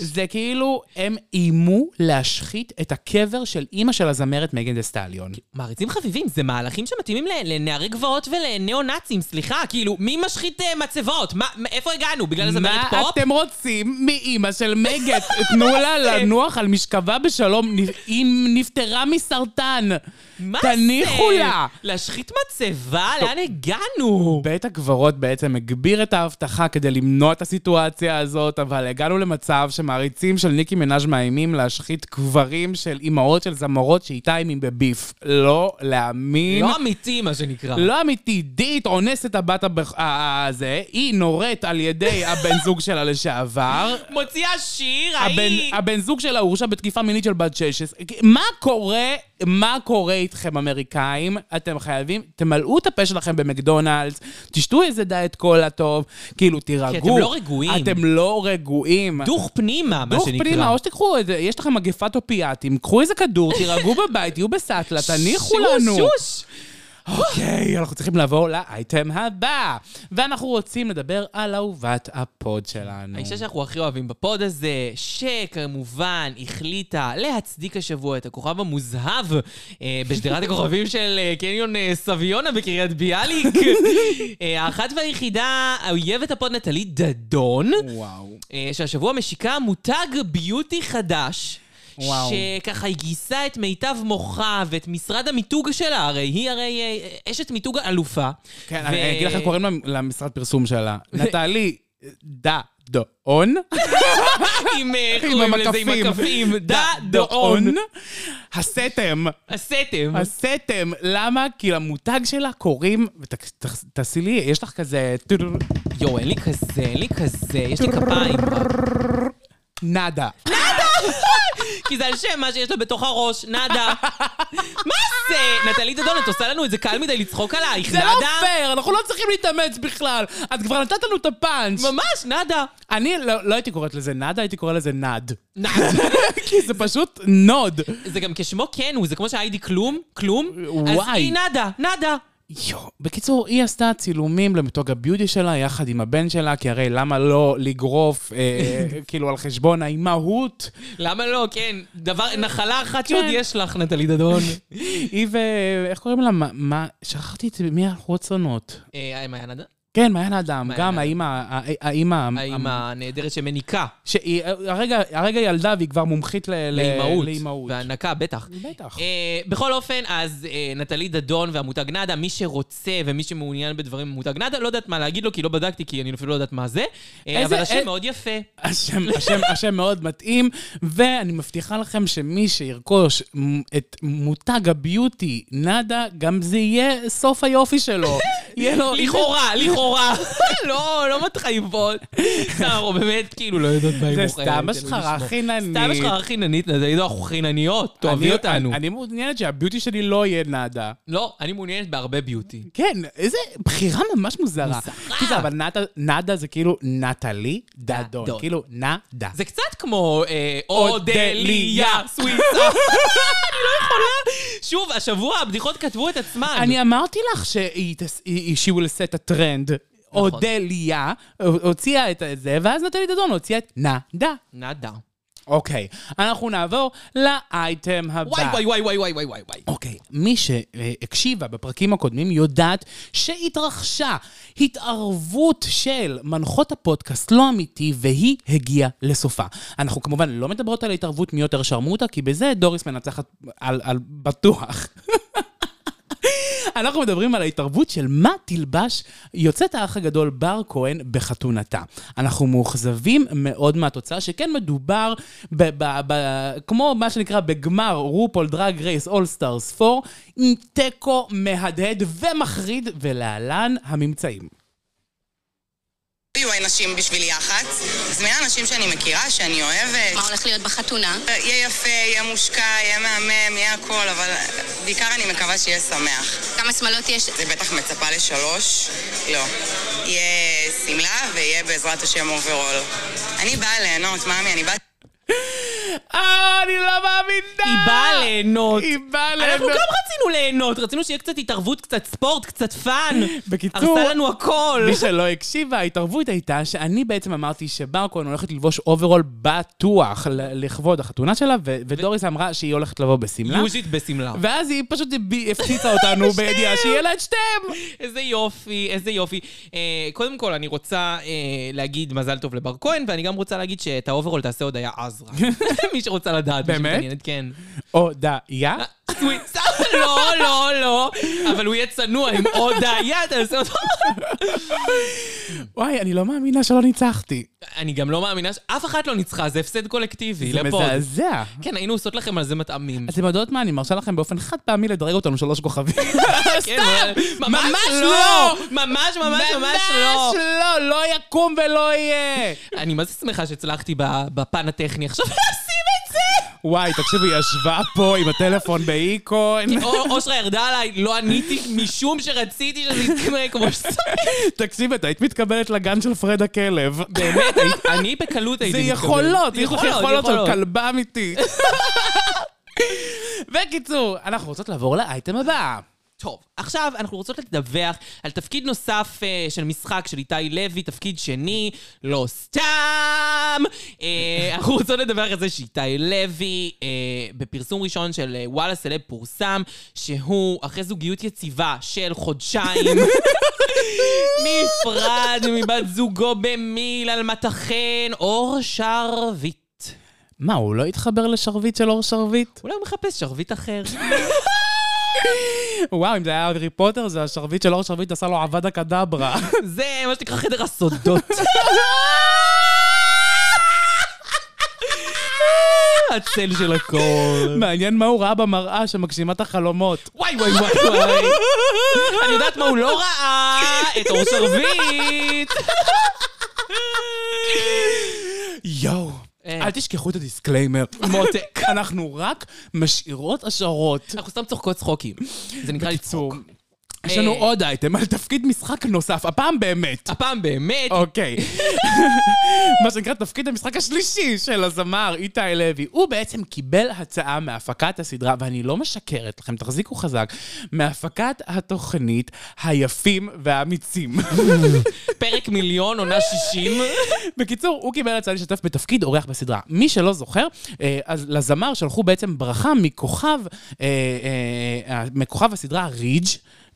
זה כאילו, הם איימו להשחית את הקבר של אימא של הזמרת מגן דה סטליון.
מעריצים חביבים, זה מהלכים שמתאימים ל- לנערי גבעות ולניאו-נאצים, סליחה, כאילו, מי משחית אה, מצבות? מה, מה- איפה הגענו? בגלל הזמרת
מה
פופ?
אתם רוצים מאימא של מגט?
כן.
תנו לה לנוח על משכבה בשלום, נ- היא נפטרה מסרטן.
מה זה?
תניחו לה.
להשחית מצבה? לאן הגענו?
בית הקברות בעצם הגביר את האבטחה כדי למנוע את הסיטואציה הזאת, אבל הגענו למצב שמעריצים של ניקי מנאז' מאיימים להשחית קברים של אימהות של זמרות שאיתה הם בביף. לא להאמין.
לא אמיתי, מה שנקרא.
לא אמיתי, דית אונסת הבת הבח- ה- הזה, היא נורית על ידי הבן זוג שלה לשעבר.
מוציאה שיר,
הבן,
ההיא...
הבן זוג שלה הורשע בתקיפה מינית של בת 16. מה קורה, מה קורה איתכם, אמריקאים? אתם חייבים, תמלאו את הפה שלכם במקדונלדס, תשתו איזה דיאט קולה טוב, כאילו, תירגעו.
כי אתם לא רגועים.
אתם לא רגועים.
דוך פנימה, מה
דוך
שנקרא.
פנימה, או שתיקחו איזה, יש לכם מגפת אופיאטים, קחו איזה כדור, תירגעו בבית, תהיו בסטלה, תניחו לנו.
שוש, שוש.
אוקיי, אנחנו צריכים לעבור לאייטם הבא. ואנחנו רוצים לדבר על אהובת הפוד שלנו.
האישה שאנחנו הכי אוהבים בפוד הזה, שכמובן החליטה להצדיק השבוע את הכוכב המוזהב אה, בשדרת הכוכבים של אה, קניון אה, סביונה בקריית ביאליק. אה, האחת והיחידה, אויבת הפוד נטלי דדון,
וואו.
אה, שהשבוע משיקה מותג ביוטי חדש.
וואו.
שככה היא גייסה את מיטב מוחה ואת משרד המיתוג שלה, הרי היא הרי אה, אשת מיתוג אלופה.
כן,
ו-
אני אגיד לך איך קוראים למ- למשרד פרסום שלה. נטלי דדון.
עם, אה, איך קוראים לזה? עם הכפים. דדאון.
הסתם,
הסתם.
הסתם. למה? כי למותג שלה קוראים, ותעשי לי, יש לך כזה... טו-טו-טו,
יואו, אין לי כזה, אין לי כזה, יש לי כפיים.
נאדה.
כי זה על שם מה שיש לו בתוך הראש, נאדה. מה זה? נטלי דדון, את עושה לנו את זה קל מדי לצחוק עלייך,
זה לא
נאדה?
פייר, אנחנו לא צריכים להתאמץ בכלל. את כבר נתת לנו את הפאנץ'.
ממש, נאדה.
אני לא לא הייתי קוראת לזה נאדה, הייתי קורא לזה נד.
נאדה.
כי זה פשוט נוד.
זה גם כשמו כן הוא, זה כמו שהיידי כלום, כלום. אז
וואי.
היא נאדה, נאדה.
יו. בקיצור, היא עשתה צילומים למתוג הביוטי שלה יחד עם הבן שלה, כי הרי למה לא לגרוף, אה, כאילו, על חשבון האימהות?
למה לא, כן, דבר, נחלה אחת שעוד
כן.
יש לך, נטלי דדון.
היא ו... איך קוראים לה? מה- מה? שכחתי את מי הרוצנות.
אה, אה, מה היה נאדה?
כן, מעיין האדם,
מעיין
גם
האדם.
האימא, ה- האימא,
האמא הנהדרת שמניקה.
שהיא, הרגע, הרגע ילדה והיא כבר מומחית ל- ל-
לאימהות.
לאימהות.
והנקה, בטח.
בטח.
אה, בכל אופן, אז אה, נטלי דדון והמותג נאדה, מי שרוצה ומי שמעוניין בדברים במותג נאדה, לא יודעת מה להגיד לו, כי לא בדקתי, כי אני אפילו לא יודעת מה זה. אה,
איזה-
אבל השם
אה-
מאוד יפה.
השם, השם, השם מאוד מתאים, ואני מבטיחה לכם שמי שירכוש מ- את מותג הביוטי נאדה, גם זה יהיה סוף היופי שלו. יהיה לו...
לכאורה, לכאורה. לא, לא מתחייבות. סתם, או באמת, כאילו, לא יודעות מה היא
זה
מוכרת.
סתם
אלוהים
השחרה
ישמור.
חיננית.
סתם השחרה חיננית, נטלי דדון, לא, אנחנו חינניות,
אני-
תאהבי אותנו.
אני מעוניינת שהביוטי שלי לא יהיה נאדה.
לא, אני מעוניינת בהרבה ביוטי.
כן, איזה בחירה ממש מוזרה.
מוזרה.
כי זה, אבל נאדה- נאדה זה כאילו נטלי
דדון.
דדון. כאילו נאדה.
זה קצת כמו אה, אודליה
אודליה.
סוויסה. אני לא יכולה. שוב, השבוע הבדיחות כתבו את עצמן.
אני אמרתי לך שהיא תס- היא- she will set a trend.
נכון.
אודליה הוציאה את זה, ואז נטלי דדון הוציאה את נאדה.
נאדה.
אוקיי, אנחנו נעבור לאייטם הבא.
וואי וואי וואי וואי וואי וואי וואי וואי.
אוקיי, מי שהקשיבה בפרקים הקודמים יודעת שהתרחשה התערבות של מנחות הפודקאסט לא אמיתי, והיא הגיעה לסופה. אנחנו כמובן לא מדברות על התערבות מי יותר שרמוטה, כי בזה דוריס מנצחת על, על בטוח. אנחנו מדברים על ההתערבות של מה תלבש יוצאת האח הגדול בר כהן בחתונתה. אנחנו מאוכזבים מאוד מהתוצאה, שכן מדובר, ב- ב- ב- כמו מה שנקרא בגמר רופול דרג רייס אול סטארס 4, עם תיקו מהדהד ומחריד, ולהלן הממצאים.
היו אנשים בשבילי יח"צ, אז מי האנשים שאני מכירה, שאני
מה
אוהבת.
הולך להיות בחתונה?
יהיה יפה, יהיה מושקע, יהיה מהמם, יהיה הכל, אבל בעיקר אני מקווה שיהיה שמח.
כמה שמלות יש?
זה בטח מצפה לשלוש? לא. יהיה שמלה ויהיה בעזרת השם אוברול. אני באה ליהנות, מאמי, אני באה...
אה, אני לא מאמינה!
היא באה ליהנות.
היא באה
אנחנו
ליהנות.
גם רצינו ליהנות, רצינו שיהיה קצת התערבות, קצת ספורט, קצת פאן.
בקיצור-
הרסה לנו הכל.
מי שלא הקשיבה, ההתערבות הייתה שאני בעצם אמרתי שבר כהן הולכת ללבוש אוברול בטוח ל- לכבוד החתונה שלה, ו- ודוריס אמרה שהיא הולכת לבוא בשמלה.
יוז'ית בשמלה.
ואז היא פשוט ב- הפציצה אותנו בידיעה שיהיה לה את שתיהם.
איזה יופי, איזה יופי. אה, קודם כל, אני רוצה אה, להגיד מזל טוב לבר כהן, ואני גם רוצה להגיד שאת האוברול תעשה הודיה עזרא. מי שרוצה לדעת. מי
באמת?
שמתעניינת, כן.
או דיה.
סוויצה. לא, לא, לא. אבל הוא יהיה צנוע עם הודיה, אתה עושה אותו...
וואי, אני לא מאמינה שלא ניצחתי.
אני גם לא מאמינה שאף אחת לא ניצחה, זה הפסד קולקטיבי.
זה
לפוד.
מזעזע.
כן, היינו עושות לכם על זה מטעמים.
אתם יודעות מה, אני מרשה לכם באופן חד פעמי לדרג אותנו שלוש כוכבים.
כן, אבל- ממש לא! ממש ממש ממש לא!
ממש לא, לא יקום ולא יהיה.
אני מה זה שמחה שהצלחתי ב- בפן הטכני עכשיו לשים את זה!
וואי, תקשיבי, היא ישבה פה עם הטלפון באיקון.
או- אושרה ירדה עליי, לא עניתי משום שרציתי שזה יסתמר כמו שצריך.
תקשיבי, את היית מתקבלת לגן של פרד הכלב.
באמת, היית- אני בקלות
זה
הייתי מתקבל.
יכולות, יש לך יכולות של כלבה אמיתית. בקיצור, אנחנו רוצות לעבור לאייטם הבא.
טוב, עכשיו אנחנו רוצות לדווח על תפקיד נוסף uh, של משחק של איתי לוי, תפקיד שני, לא סתם! Uh, אנחנו רוצות לדווח על זה שאיתי לוי, uh, בפרסום ראשון של uh, וואלה סלב פורסם, שהוא אחרי זוגיות יציבה של חודשיים, נפרד מבת זוגו במיל על מטחן, אור שרביט.
מה, הוא לא התחבר לשרביט של אור שרביט?
אולי הוא מחפש שרביט אחר.
וואו, אם זה היה הארי פוטר, זה השרביט של אור שרביט עשה לו עבדה קדברה.
זה מה שנקרא חדר הסודות. הצל של הכל.
מעניין מה הוא ראה במראה שמגשימה את החלומות.
וואי וואי וואי וואי. אני יודעת מה הוא לא ראה, את אור שרביט.
יואו.
אה.
אל תשכחו את הדיסקליימר. מותק. אנחנו רק משאירות השערות.
אנחנו סתם צוחקות צחוקים. זה נקרא
בקיצור,
לצחוק.
יש לנו
אה.
עוד אייטם על תפקיד משחק נוסף, הפעם באמת.
הפעם באמת,
אוקיי. מה שנקרא תפקיד המשחק השלישי של הזמר איתי לוי. הוא בעצם קיבל הצעה מהפקת הסדרה, ואני לא משקרת לכם, תחזיקו חזק, מהפקת התוכנית היפים והאמיצים.
פרק מיליון, עונה שישים.
בקיצור, הוא קיבל הצעה להשתתף בתפקיד אורח בסדרה. מי שלא זוכר, אה, אז לזמר שלחו בעצם ברכה מכוכב, אה, אה, מכוכב הסדרה רידג'.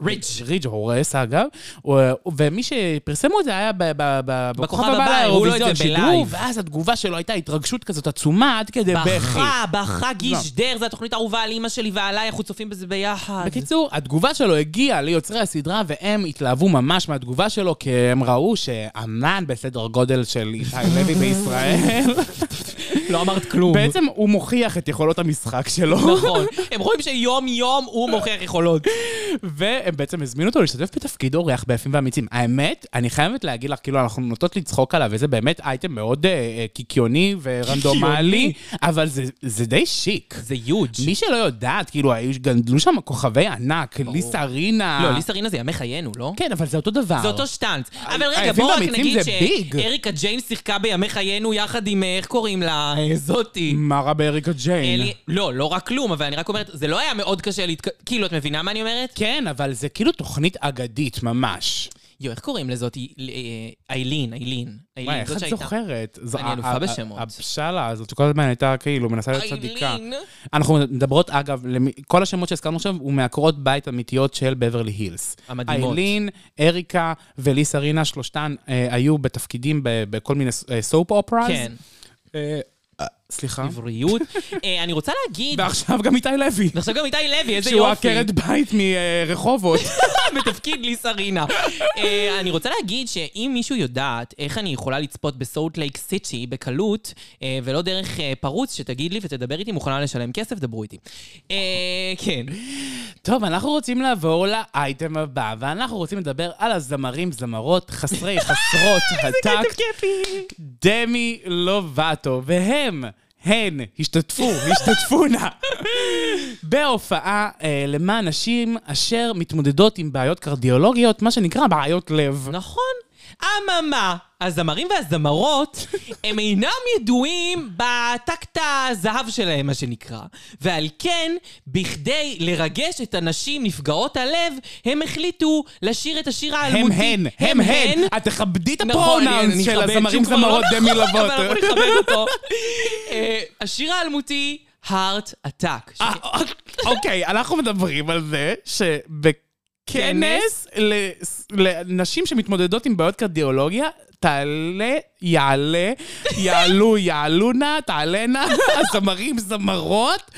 רידג'. רידג' הורס אגב, אה, ומי שפרסמו את זה היה ב- ב- ב- בכוכב הבא
הראו לו את זה
לאירוויזיון, שידרו,
בלייב.
ואז התגובה שלו הייתה התרגשות כזאת עצומה עד כדי בכי.
בכה, בכה גישדר, זו התוכנית האהובה על אימא שלי ועליי, אנחנו צופים בזה ביחד.
בקיצור, התגובה שלו הגיעה ליוצרי הסדרה, והם התלהבו ממש מהתגובה שלו, כי הם ראו שאמן בסדר גודל של איתי לוי בישראל,
לא אמרת כלום.
בעצם הוא מוכיח את יכולות המשחק שלו.
נכון. הם רואים שיום-יום הוא לא- מוכיח יכולות.
והם בעצם הזמינו אותו להשתתף בתפקיד אורח ביפים ואמיצים. האמת, אני חייבת להגיד לך, כאילו, אנחנו נוטות לצחוק עליו, וזה באמת אייטם מאוד אה, אה, קיקיוני ורנדומלי, אבל זה, זה די שיק.
זה יוג'.
מי שלא יודעת, כאילו, היו- גנדלו שם כוכבי ענק, ליסה רינה.
לא, ליסה רינה זה ימי חיינו, לא? אה,
כן, אבל זה אותו דבר.
זה אותו שטנץ. אבל רגע,
היפים
בואו רק
והאמיצים
נגיד
זה ביג.
שאריקה ג'יין שיחקה בימי חיינו יחד עם, אה, איך קוראים לה? אה, זאתי.
מה רע באריקה ג'יין?
אלי- לא, לא רק כלום, אבל אני רק אומרת, זה לא היה מאוד קשה להתק... כאילו, את מבינה מה אני אומרת?
כן, אבל זה כאילו תוכנית אגדית, ממש.
יו, איך קוראים לזאתי? ל- אה, איילין, איילין.
וואי,
איילין,
איך
זאת
את
שהייתה.
זוכרת? זו-
אני אלופה
ה- ה-
בשמות.
הבשלה הזאת שכל הזמן הייתה כאילו מנסה להיות צדיקה.
איילין.
אנחנו מדברות, אגב, למי- כל השמות שהזכרנו עכשיו הוא מעקרות בית אמיתיות של בברלי הילס.
המדהימות.
איילין, אריקה וליסה רינה, שלושתן אה, היו בתפקידים ב- בכל מיני ס- אה, סופ אופרז.
כן,
אה, אה, סליחה.
בריאות. אה, אני רוצה להגיד...
ועכשיו גם איתי לוי.
ועכשיו גם איתי לוי, איזה
שהוא
יופי.
עקרת בית מרחובות.
בתפקיד ליסה רינה. אה, אני רוצה להגיד שאם מישהו יודעת איך אני יכולה לצפות בסולט לייק סיטי בקלות, אה, ולא דרך אה, פרוץ, שתגיד לי ותדבר איתי, מוכנה לשלם כסף, דברו איתי. אה, כן.
טוב, אנחנו רוצים לעבור לאייטם הבא, ואנחנו רוצים לדבר על הזמרים, זמרות, חסרי, חסרות הטקט, דמי לובטו, והם, הן, השתתפו, השתתפו נא, בהופעה אה, למען נשים אשר מתמודדות עם בעיות קרדיולוגיות, מה שנקרא בעיות לב.
נכון. אממה, הזמרים והזמרות, הם אינם ידועים בטקט הזהב שלהם, מה שנקרא. ועל כן, בכדי לרגש את הנשים נפגעות הלב, הם החליטו לשיר את השיר
הם
האלמותי.
הן, הם הן, את תכבדי את
נכון, אני-
הפרונאונס
אני
של
אכבד שהוא
הזמרים,
כבר לא
זמרות, דמי
נכון, אבל
לובטו.
אנחנו נכבד אותו. אה, השיר האלמותי, הארט עתק.
אה, אוקיי, אנחנו מדברים על זה שבכנס לס- לנשים שמתמודדות עם בעיות קרדיולוגיה, תעלה, יעלה, יעלו, יעלו נא, תעלנה, הזמרים, זמרות,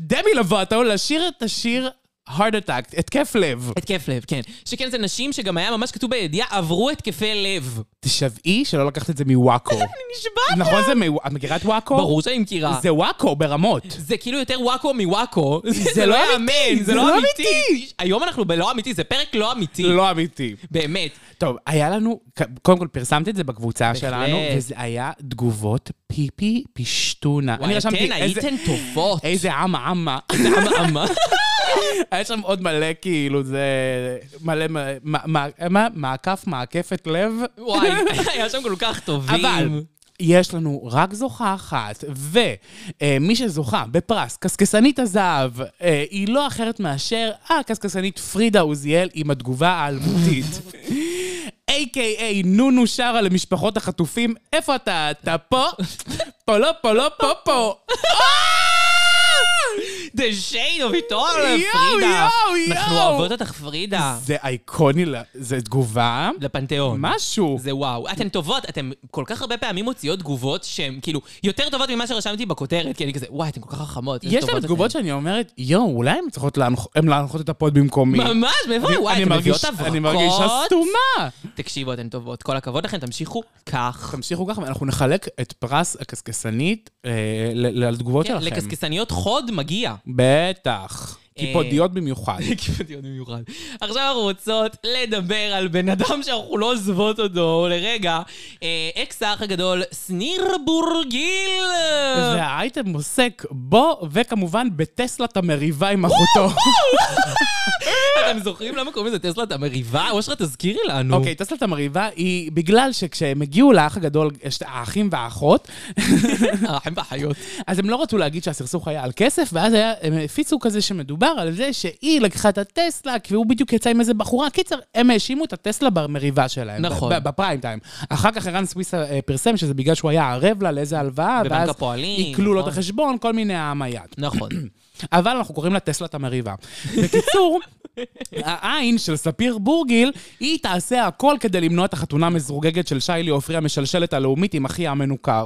דמי לבטו לשיר את השיר heart attack, התקף לב.
התקף לב, כן. שכן זה נשים שגם היה ממש כתוב בידיעה, עברו התקפי לב.
תשבעי שלא לקחת את זה מוואקו.
נשבעת?
נכון זה מ... את מכירה את וואקו?
ברור שאני מכירה.
זה וואקו ברמות.
זה כאילו יותר וואקו מוואקו.
זה לא אמיתי,
זה לא אמיתי. היום אנחנו בלא אמיתי, זה פרק לא אמיתי.
לא אמיתי.
באמת.
טוב, היה לנו, קודם כל פרסמת את זה בקבוצה שלנו, וזה היה תגובות פיפי פשטונה.
וואי, כן, אתן
איזה-
הייתן טובות.
איזה עם עמה.
אממה.
היה שם עוד מלא, כאילו, זה... מלא, מ- מ- מה? מעקף, מעקפת לב.
וואי, היה שם כל כך טובים.
אבל יש לנו רק זוכה אחת, ומי שזוכה בפרס קשקשנית הזהב, אה, היא לא אחרת מאשר הקשקשנית פרידה עוזיאל עם התגובה האלמותית. A.K.A. נונו שרה למשפחות החטופים, איפה אתה? אתה פה? פה לא, פה לא, פה פה.
The shade of it all,
יואו,
פרידה.
יואו, יואו.
אנחנו אוהבות אותך, פרידה.
זה אייקוני, ל- זה תגובה.
לפנתיאון.
משהו.
זה וואו. אתן טובות, אתן כל כך הרבה פעמים מוציאות תגובות שהן כאילו יותר טובות ממה שרשמתי בכותרת, כי אני כזה, וואי, אתן כל כך חכמות. איזה
יש להם
טובות
תגובות שאני אומרת, יואו, אולי הן צריכות להנח- הן להנחות את הפוד במקומי.
אתן." ממש, מאיפה?
אני-
וואי,
אני
אתן מביאות
מרגיש-
הברקות.
אני מרגישה סתומה.
תקשיבו, אתן טובות. כל הכבוד לכן, תמשיכו כך.
תמשיכו ככה, ואנחנו נחלק את פרס הקשקשנית אה, ל- ל- לתגובות
כן,
שלכם.
לקשקשניות חוד מגיע.
בטח.
אה,
קיפודיות במיוחד.
קיפודיות במיוחד. עכשיו אנחנו רוצות לדבר על בן אדם שאנחנו לא עוזבות אותו לרגע. אה, אקס האח הגדול, שניר בורגיל.
והאייטם עוסק בו, וכמובן בטסלת המריבה עם אחותו.
אתם זוכרים למה קוראים לזה טסלת המריבה? אושרה, תזכירי לנו.
אוקיי, טסלת המריבה היא בגלל שכשהם הגיעו לאח הגדול, יש את האחים והאחות,
האחים והאחיות.
אז הם לא רצו להגיד שהסכסוך היה על כסף, ואז היה, הם הפיצו כזה שמדובר על זה שהיא לקחה את הטסלה, והוא בדיוק יצא עם איזה בחורה. קיצר, הם האשימו את הטסלה במריבה שלהם.
נכון.
ב- בפריים טיים. אחר כך ערן סוויסה אה, פרסם שזה בגלל שהוא היה ערב לה לאיזה הלוואה,
בבנק
ואז
הפועלים,
עיקלו לו את
נכון.
החשבון, כל מיני העמיית.
נכון.
אבל אנחנו קוראים לה טסלת המריבה. בקיצור, העין של ספיר בורגיל, היא תעשה הכל כדי למנוע את החתונה המזורגגת של שיילי עופרי המשלשלת הלאומית עם אחיה המנוכר.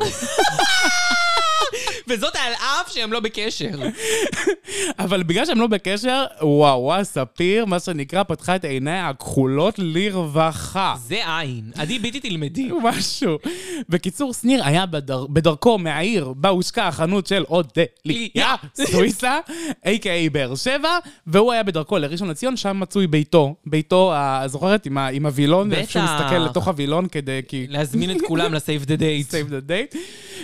וזאת על אף שהם לא בקשר.
אבל בגלל שהם לא בקשר, וואו, וואו, ספיר, מה שנקרא, פתחה את עיניה הכחולות לרווחה.
זה עין. עדי ביטי תלמדי.
משהו. בקיצור, שניר היה בדר... בדרכו מהעיר בה הושקה החנות של אודליה סוויסה, a.k.a. באר שבע, והוא היה בדרכו לראשון לציון, שם מצוי ביתו. ביתו, אה, זוכרת, עם, ה... עם הווילון,
בטח.
אפשר להסתכל לתוך הווילון כדי... כי...
להזמין את כולם לסייב דה דייט.
save the date.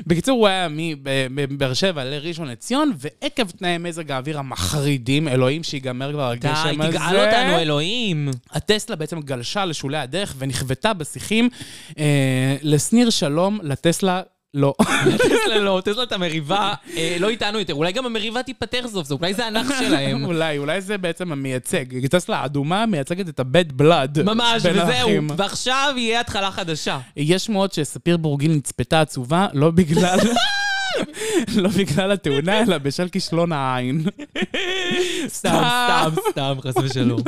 בקיצור, הוא היה מבאר שבע לראשון לציון, ועקב תנאי מזג האוויר המחרידים, אלוהים שיגמר כבר
די,
הגשם הזה.
תגאל אותנו, אלוהים.
הטסלה בעצם גלשה לשולי הדרך ונכוותה בשיחים אה, לשניר שלום, לטסלה לא.
טסלה לא, טסלה את המריבה, אה, לא איתנו יותר. אולי גם המריבה תיפתר סוף סוף, אולי זה הנח שלהם.
אולי, אולי זה בעצם המייצג. טסלה האדומה מייצגת את ה-bad blood.
ממש,
בין
וזהו.
האחים.
ועכשיו יהיה התחלה חדשה.
יש מאוד שספיר בורגיל נצפתה עצובה, לא בגלל... לא בגלל התאונה, אלא בשל כישלון העין.
סתם, סתם, סתם, חס ושלום.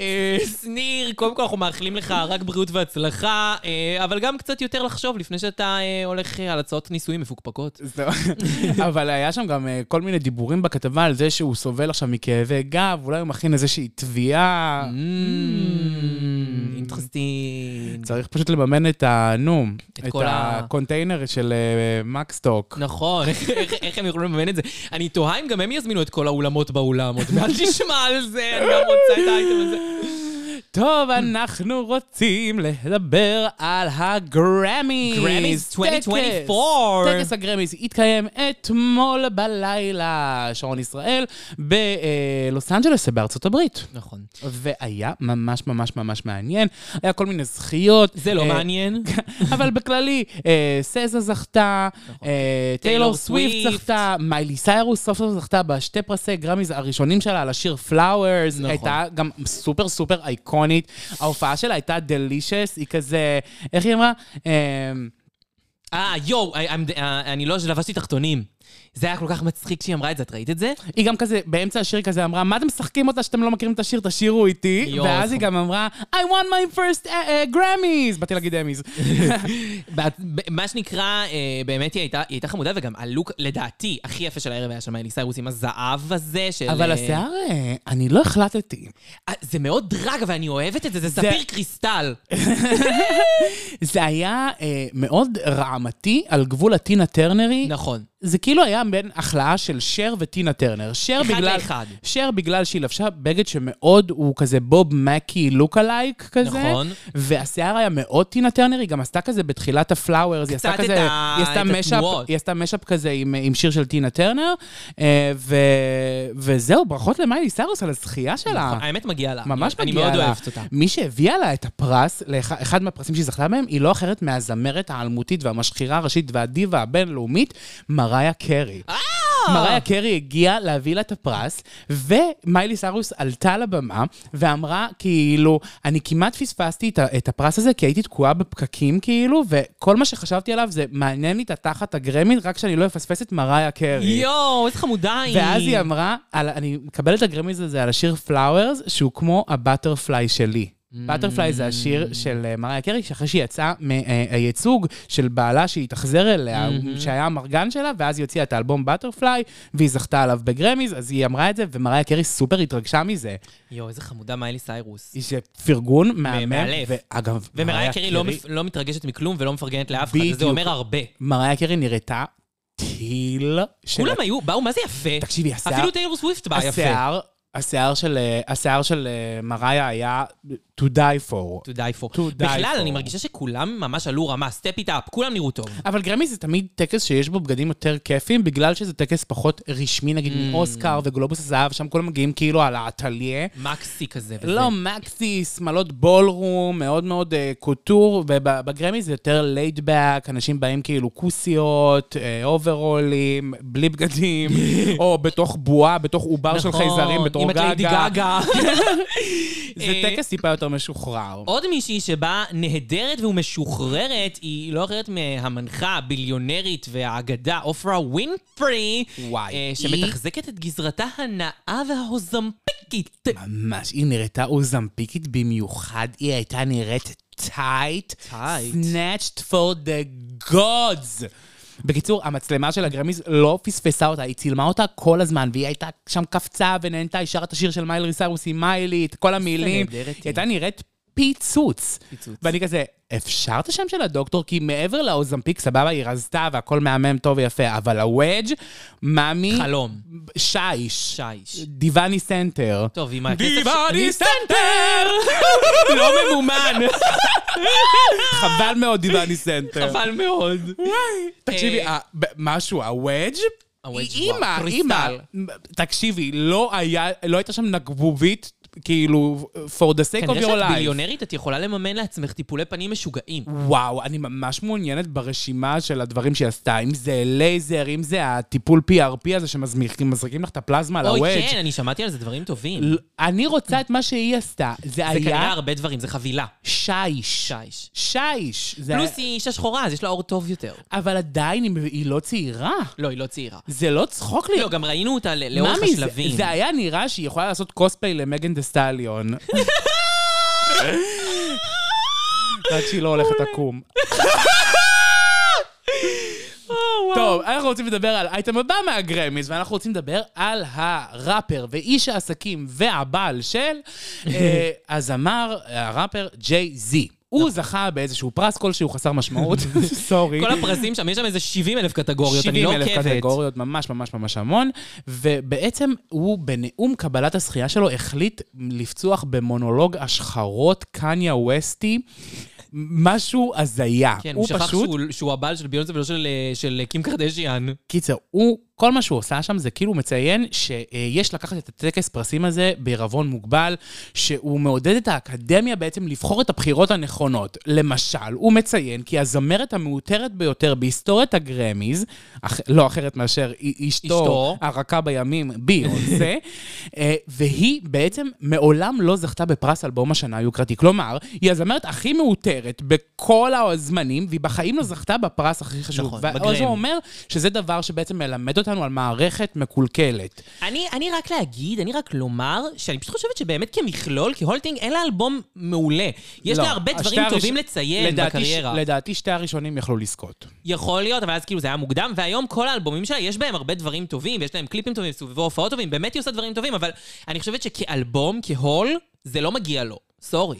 אה, שניר, קודם כל אנחנו מאחלים לך רק בריאות והצלחה, אה, אבל גם קצת יותר לחשוב לפני שאתה אה, הולך אה, על הצעות נישואים מפוקפקות.
זהו. לא- אבל היה שם גם אה, כל מיני דיבורים בכתבה על זה שהוא סובל עכשיו מכאבי גב, אולי הוא מכין איזושהי תביעה.
Mm. אינטרסטינג.
צריך פשוט לממן את ה... נו,
את
את,
כל ה-
הקונטיינר של אה, מקסטוק.
נכון, איך- איך- איך הם יוכלו לממן את זה? אני תוהה אם גם הם יזמינו את כל האולמות באולם, עוד מעט נשמע על זה, אני גם רוצה את האייטם הזה.
טוב, אנחנו רוצים לדבר על הגרמיס.
גרמיס
טקס-
2024.
טקס הגרמיס התקיים אתמול בלילה, שעון ישראל, בלוס אנג'לס שבארצות הברית.
נכון.
והיה ממש ממש ממש מעניין, היה כל מיני זכיות.
זה לא
אה,
מעניין.
אבל בכללי, אה, סזה זכתה, אה, טיילור סוויפט
נכון. סוויפט.
זכתה, מיילי סיירוס סוף סוף זכתה בשתי פרסי גרמיז הראשונים שלה על השיר פלאוורס.
נכון.
הייתה גם סופר סופר אייקונית. ההופעה שלה הייתה דלישס, היא כזה, איך היא אמרה? אה,
אה, יואו, I- I'm- אה, אני לא, לבשתי תחתונים. זה היה כל כך מצחיק שהיא אמרה את זה, את ראית את זה?
היא גם כזה, באמצע השיר כזה אמרה, מה אתם משחקים אותה שאתם לא מכירים את השיר, תשאירו איתי.
יואו,
ואז
איזה
היא גם אמרה, I want my first uh, uh, Grammys! באתי להגיד אמיז.
בת- ב- מה שנקרא, אה, באמת היא הייתה, היא הייתה חמודה, וגם הלוק, לדעתי, הכי יפה של הערב היה שם אלי סיירוס עם הזהב הזה של...
אבל
אה,
השיער, אה, אני לא החלטתי.
אה, זה מאוד דרג, אבל אני אוהבת את זה, זה ספיר קריסטל.
אה, זה היה אה, מאוד רעמתי על גבול הטינה טרנרי.
נכון.
זה כאילו היה בין החלאה של שר וטינה טרנר. שר
אחד
בגלל...
לאחד.
שר בגלל שהיא לבשה בגד שמאוד הוא כזה בוב מקי לוק אלייק כזה.
נכון.
והשיער היה מאוד טינה טרנר, היא גם עשתה כזה בתחילת הפלאוורס, היא עשתה
קצת
כזה...
את ה-
היא עשתה
את
משאפ-
התנועות.
היא עשתה משאפ כזה עם, עם שיר של טינה טרנר. אה, ו... וזהו, ברכות למיילי סיירוס על הזכייה שלה.
האמת מגיעה לה.
אה, ממש
אני
מגיע לה.
מאוד אוהבת אותה.
מי שהביאה לה את הפרס, לאח- אחד מהפרסים שהיא זכתה בהם, היא לא אחרת מהזמרת האלמותית והמשחירה הראשית והדיבה הבינלאומית, מריה קרי.
אה.
מריה קרי הגיעה להביא לה את הפרס, ומיילי סרוס עלתה לבמה ואמרה, כאילו, אני כמעט פספסתי את ה- את הפרס הזה, כי הייתי תקועה בפקקים, כאילו, וכל מה שחשבתי עליו זה, מעניין לי את התחת הגרמית, רק שאני לא אפספס את מריה קרי.
יואו, איזה חמודה היא.
ואז היא אמ- אמרה, על, אני מקבלת את הגרמיז הזה על השיר פלאוורס, שהוא כמו הבטרפליי שלי.
Mm.
בטרפליי זה השיר של אה, מריה קרי, שאחרי שהיא יצאה מהייצוג של בעלה שהתאכזר אליה,
Mm-hmm.
שהיה המרגן שלה, ואז היא הוציאה את האלבום בטרפליי, והיא זכתה עליו בגרמיז, אז היא אמרה את זה, ומריה קרי סופר התרגשה מזה.
יואו, איזה חמודה מיילי סיירוס.
היא שפרגון מהמם,
מאלף.
ואגב,
ומריה קרי לא מפ- לא מתרגשת מכלום ולא מפרגנת לאף אחד, אז זה
בדיוק. כן,
אומר הרבה.
מריה קרי נראתה טיל של...
כולם היו, באו, מה זה יפה?
תקשיבי, השיער...
אפילו טיילור סוויפט בא אה, יפה.
השיער, השיער של, אה, השיער של אה, מריה היה to die for.
To die for.
To die
בכלל,
for.
אני מרגישה שכולם ממש עלו רמה, step it up, כולם נראו טוב.
אבל גרמי זה תמיד טקס שיש בו בגדים יותר כיפים, בגלל שזה טקס פחות רשמי, נגיד
Mm.
מאוסקר וגלובוס הזהב, שם כולם מגיעים כאילו על האטליה.
מקסי כזה וזה.
לא, מקסי, שמלות בולרום, מאוד מאוד אה, קוטור, ובגרמי זה יותר ליידבק, אנשים באים כאילו כוסיות, אה, אוברולים, בלי בגדים, או בתוך בועה, בתוך עובר של
נכון,
חייזרים, בתור
עם את ליידי גגה.
זה
אה,
טקס טיפה יותר משוחרר.
עוד מישהי שבאה נהדרת ומשוחררת, היא לא אחרת מהמנחה, הביליונרית והאגדה, עופרה ווינפרי,
וואי,
אה,
היא-
שמתחזקת את גזרתה הנאה וההוזמפיקית.
ממש, היא נראתה אוזמפיקית במיוחד, היא הייתה נראית טייט.
טייט.
snatched for the gods. בקיצור, המצלמה של הגרמיז לא פספסה אותה, היא צילמה אותה כל הזמן, והיא הייתה שם קפצה ונהנתה, היא שרה את השיר של מיילי סיירוס עם מיילי, את כל המילים.
נהדרת
היא
היא.
הייתה נראית פיצוץ.
פיצוץ.
ואני כזה, אפשר את השם של הדוקטור? כי מעבר לאוזמפיק, סבבה, היא רזתה והכל מהמם, טוב ויפה, אבל הוודג', מאמי...
חלום.
שיש.
שיש.
דיווני סנטר.
טוב, עם הכסף...
דיווני סנטר! לא ממומן. חבל מאוד דיווני סנטר.
חבל מאוד.
תקשיבי,
אה,
ה- ב- משהו, הוודג'?
הוודג',
היא
וואו,
אימא, אימא.
קריסטל.
תקשיבי, לא היה, לא הייתה שם נגבובית, כאילו, for the sake of
כנראה
your
שאת
life.
ביליונרית, כן, את יכולה לממן לעצמך טיפולי פנים משוגעים.
וואו, אני ממש מעוניינת ברשימה של הדברים שהיא עשתה, אם זה לייזר, אם זה הטיפול PRP הזה שמזריקים מזריקים לך את הפלזמה על
אוי,
הוודג'.
כן, אני שמעתי על זה דברים טובים.
ל- אני רוצה את מה שהיא עשתה. זה
זה כנראה
לא היה
הרבה דברים, זה חבילה.
שיש.
שיש.
שיש. זה היה-
פלוס היא אישה שחורה, אז יש לה עור טוב יותר.
אבל עדיין היא- היא לא צעירה.
לא, היא לא צעירה.
זה לא צחוק להיות.
לא, גם ראינו אותה ל- לאורך
ממי, זה-
השלבים.
זה היה נראה שהיא יכולה לעשות קוספליי למגן דה סטליון. רק שהיא לא הולכת עקום.
Oh,
טוב, אנחנו רוצים לדבר על האייטם הבא מהגרמיז, ואנחנו רוצים לדבר על הראפר ואיש העסקים והבעל של אה, הזמר, הראפר ג'יי זי. הוא זכה באיזשהו פרס כלשהו חסר משמעות, סורי.
נכון. כל הפרסים שם, יש שם איזה 70 אלף קטגוריות, אני לא
70,000
עוקבת.
קטגוריות, ממש ממש ממש המון. ובעצם הוא בנאום קבלת הזכייה שלו החליט לפצוח במונולוג השחרות קניה ווסטי, משהו הזיה.
כן, הוא שכח שהוא- שהוא הבעל של ביונסה ולא של, אה, של אה, קים קרדשיאן.
קיצר, הוא כל מה שהוא עושה שם זה כאילו מציין שיש לקחת את הטקס פרסים הזה בעירבון מוגבל, שהוא מעודד את האקדמיה בעצם לבחור את הבחירות הנכונות. למשל, הוא מציין כי הזמרת המעוטרת ביותר בהיסטוריית הגרמיז, אח, לא אחרת מאשר א-
אשתו.
אשתו, הרכה בימים, ביונסה, אה, והיא בעצם מעולם לא זכתה בפרס אלבום השנה היוקרתי. כלומר, היא הזמרת הכי מעוטרת בכל הזמנים, והיא בחיים לא זכתה בפרס הכי חשוב.
נכון,
ואז
בגרמי.
הוא אומר שזה דבר שבעצם מלמד אותנו על מערכת מקולקלת.
אני, אני רק להגיד, אני רק לומר, שאני פשוט חושבת שבאמת כמכלול, כי הולטינג אין לה אלבום מעולה. יש
לא,
לה הרבה
השתי
דברים
הראש-
טובים לציין
לדעתי ש-
בקריירה.
לדעתי שתי הראשונים יכלו לזכות.
יכול להיות, אבל אז כאילו זה היה מוקדם, והיום כל האלבומים שלה, יש בהם הרבה דברים טובים, ויש להם קליפים טובים, סובבו הופעות טובים, באמת היא עושה דברים טובים, אבל אני חושבת שכאלבום, כהול, זה לא מגיע לו. סורי.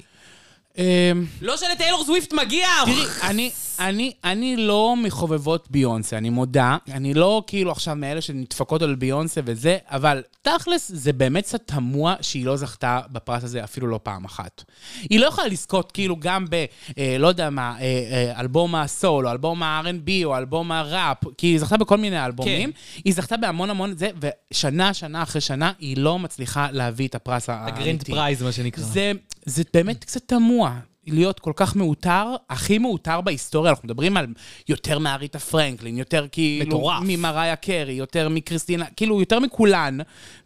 אמ,
לא שלטיילור סוויפט מגיע!
תראי, אני, אני, אני לא מחובבות ביונסה, אני מודה. אני לא כאילו עכשיו מאלה שנדפקות על ביונסה וזה, אבל תכלס, זה באמת קצת תמוה שהיא לא זכתה בפרס הזה אפילו לא פעם אחת. היא לא יכולה לזכות כאילו גם ב, אה, לא יודע מה, אה, אה, אלבום הסול, או אלבום ה-R&B, או אלבום הראפ, כי היא זכתה בכל מיני אלבומים. כן. היא זכתה בהמון המון זה, ושנה, שנה אחרי שנה, היא לא מצליחה להביא את הפרס האמיתי.
הגרנד פרייז, מה שנקרא.
זה, זה באמת קצת תמוה. להיות כל כך מעוטר, הכי מעוטר בהיסטוריה, אנחנו מדברים על יותר מאריתה פרנקלין, יותר כאילו...
מטורף.
ממריה קרי, יותר מקריסטינה, כאילו, יותר מכולן,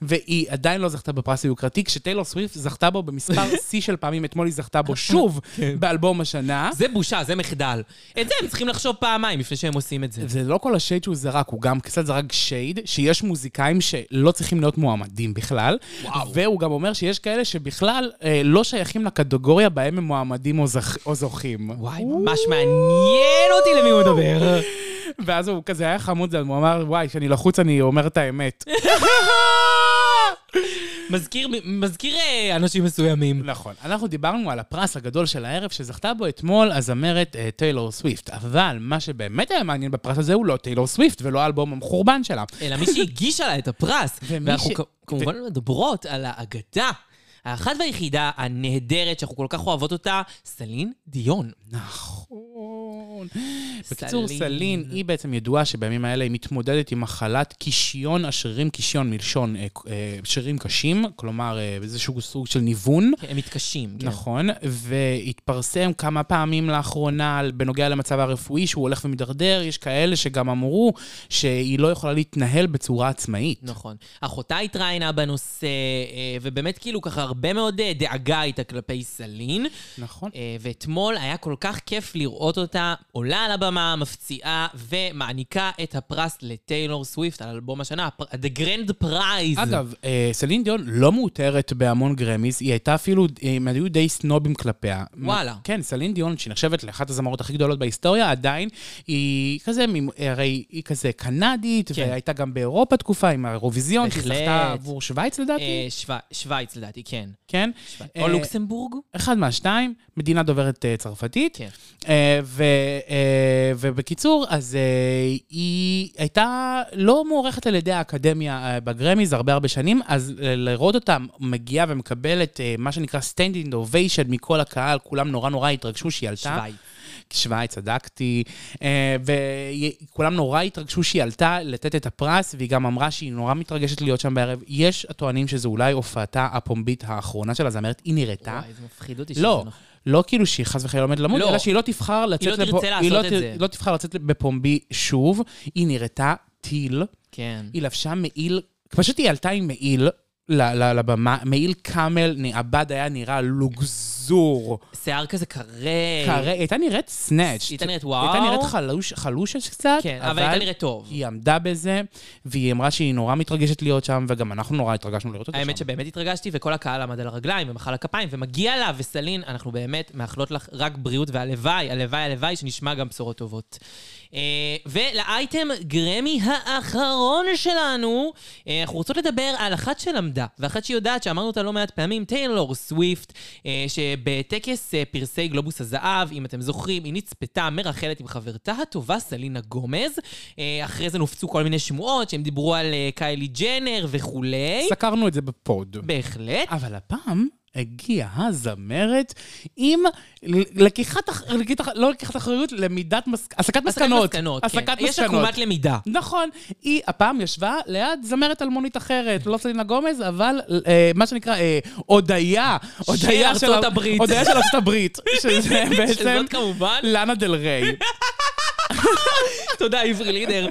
והיא עדיין לא זכתה בפרס היוקרתי, כשטיילור סוויפט זכתה בו במספר שיא של פעמים, אתמול היא זכתה בו שוב באלבום השנה.
זה בושה, זה מחדל. את זה הם צריכים לחשוב פעמיים לפני שהם עושים את זה.
זה לא כל השייד שהוא זרק, הוא גם קצת זרק שייד, שיש מוזיקאים שלא צריכים להיות מועמדים בכלל. וואו. והוא גם אומר שיש כאלה שבכלל אה, לא שייכים לקטגוריה בהם הם מועמדים או, זכ... או זוכים.
וואי, ממש מעניין אותי למי הוא מדבר.
ואז הוא כזה היה חמוד, זה, הוא אמר, וואי, כשאני לחוץ אני אומר את האמת.
מזכיר- מזכיר אה, אנשים מסוימים.
נכון. אנחנו דיברנו על הפרס הגדול של הערב שזכתה בו אתמול הזמרת אה, טיילור סוויפט, אבל מה שבאמת היה מעניין בפרס הזה הוא לא טיילור סוויפט ולא האלבום המחורבן שלה.
אלא מי שהגישה לה את הפרס.
ומי
ואנחנו
ש-
כ- כמובן מדברות על האגדה. האחת והיחידה הנהדרת שאנחנו כל כך אוהבות אותה, סלין דיון.
נכון. בקיצור,
סלין.
סלין, היא בעצם ידועה שבימים האלה היא מתמודדת עם מחלת קישיון השרירים, קישיון מלשון אה, אה, שרירים קשים, כלומר אה, איזשהו סוג של ניוון.
הם מתקשים. כן.
נכון, והתפרסם כמה פעמים לאחרונה על- בנוגע למצב הרפואי שהוא הולך ומידרדר, יש כאלה שגם אמרו שהיא לא יכולה להתנהל בצורה עצמאית.
נכון. אחותה התראיינה בנושא, אה, ובאמת כאילו ככה הרבה מאוד אה, דאגה הייתה כלפי סלין.
נכון.
אה, ואתמול היה כל כך כיף לראות אותה עולה על הבמה, מפציעה, ומעניקה את הפרס לטיילור סוויפט על אלבום השנה, הפר- The Grand Prize.
אגב, אה, סלין דיון לא מאותרת בהמון גרמיז, היא הייתה אפילו, אה, הם היו די סנובים כלפיה.
וואלה.
כן, סלין דיון, שנחשבת לאחת הזמרות הכי גדולות בהיסטוריה, עדיין, היא כזה, מ- הרי היא כזה קנדית,
כן.
והייתה גם באירופה תקופה עם האירוויזיון, שהיא
בהחלט.
זכתה עבור שווייץ
אה,
לדעתי,
שו- שווייץ לדעתי, כן.
כן?
או
אה,
לוקסמבורג?
אחד מהשתיים, מדינה דוברת אה, צרפתית.
כן.
אה, ו, אה, ובקיצור, אז אה, היא הייתה לא מוערכת על ידי האקדמיה אה, בגרמיז הרבה הרבה שנים, אז אה, לראות אותה מגיעה ומקבלת אה, מה שנקרא סטנדינג אוביישן מכל הקהל, כולם נורא נורא התרגשו שהיא עלתה.
שווייץ.
שווייץ, צדקתי. אה, וכולם נורא התרגשו שהיא עלתה לתת את הפרס, והיא גם אמרה שהיא נורא מתרגשת להיות שם בערב. יש הטוענים שזו אולי הופעתה הפומבית האחרונה שלה, זמרת, היא נראתה.
וואי, זה מפחיד אותי שזה
לא,
נכון.
לא כאילו שהיא חס וחלילה עומדת למות,
לא.
אלא שהיא לא תבחר לצאת
לא
לפו-
תרצה
היא לא
לעשות את
ת-
זה.
לא תבחר לצאת בפומבי שוב. היא נראתה טיל,
כן.
היא לבשה מעיל, פשוט היא עלתה עם מעיל. ל- ל- לבמה, מעיל קאמל נעבד היה נראה לוגזור.
שיער כזה קרי.
קרה- היא הייתה נראית סנאצ'.
אה. הייתה נראית וואו.
הייתה נראית חלוש- חלושת קצת,
כן, אבל הייתה נראית טוב.
היא עמדה בזה, והיא אמרה שהיא נורא מתרגשת להיות שם, וגם אנחנו נורא התרגשנו לראות אותה שם.
האמת שבאמת התרגשתי, וכל הקהל עמד על הרגליים ומחא לה כפיים, ומגיע לה, וסלין, אנחנו באמת מאחלות לך רק בריאות, והלוואי, הלוואי, הלוואי, שנשמע גם בשורות טובות. אה, ולאייטם גרמי האחרון שלנו, אה, אנחנו רוצות לדבר על אחת שלמדה, ואחת שיודעת, שאמרנו אותה לא מעט פעמים, טיילור סוויפט, אה, שבטקס אה, פרסי גלובוס הזהב, אם אתם זוכרים, היא נצפתה מרחלת עם חברתה הטובה סלינה גומז. אה, אחרי זה נופצו כל מיני שמועות, שהם דיברו על אה, קיילי ג'נר וכולי.
סקרנו את זה בפוד.
בהחלט.
אבל הפעם הגיעה הזמרת עם ל- לקיחת, אח- לקיחת אח- לא לקיחת אחריות, למידת, מס- הסקת מסקנות.
מסקנות, כן.
הסקת
יש עקומת למידה.
נכון. היא הפעם ישבה ליד זמרת אלמונית אחרת, לא סלינה גומז, אבל אה, מה שנקרא אה, הודיה. הודיה
ארצות
ה-
הברית.
הודיה של ארצות הברית. שזה בעצם
שזאת כמובן,
לאנה דל ריי.
תודה עברי לידר.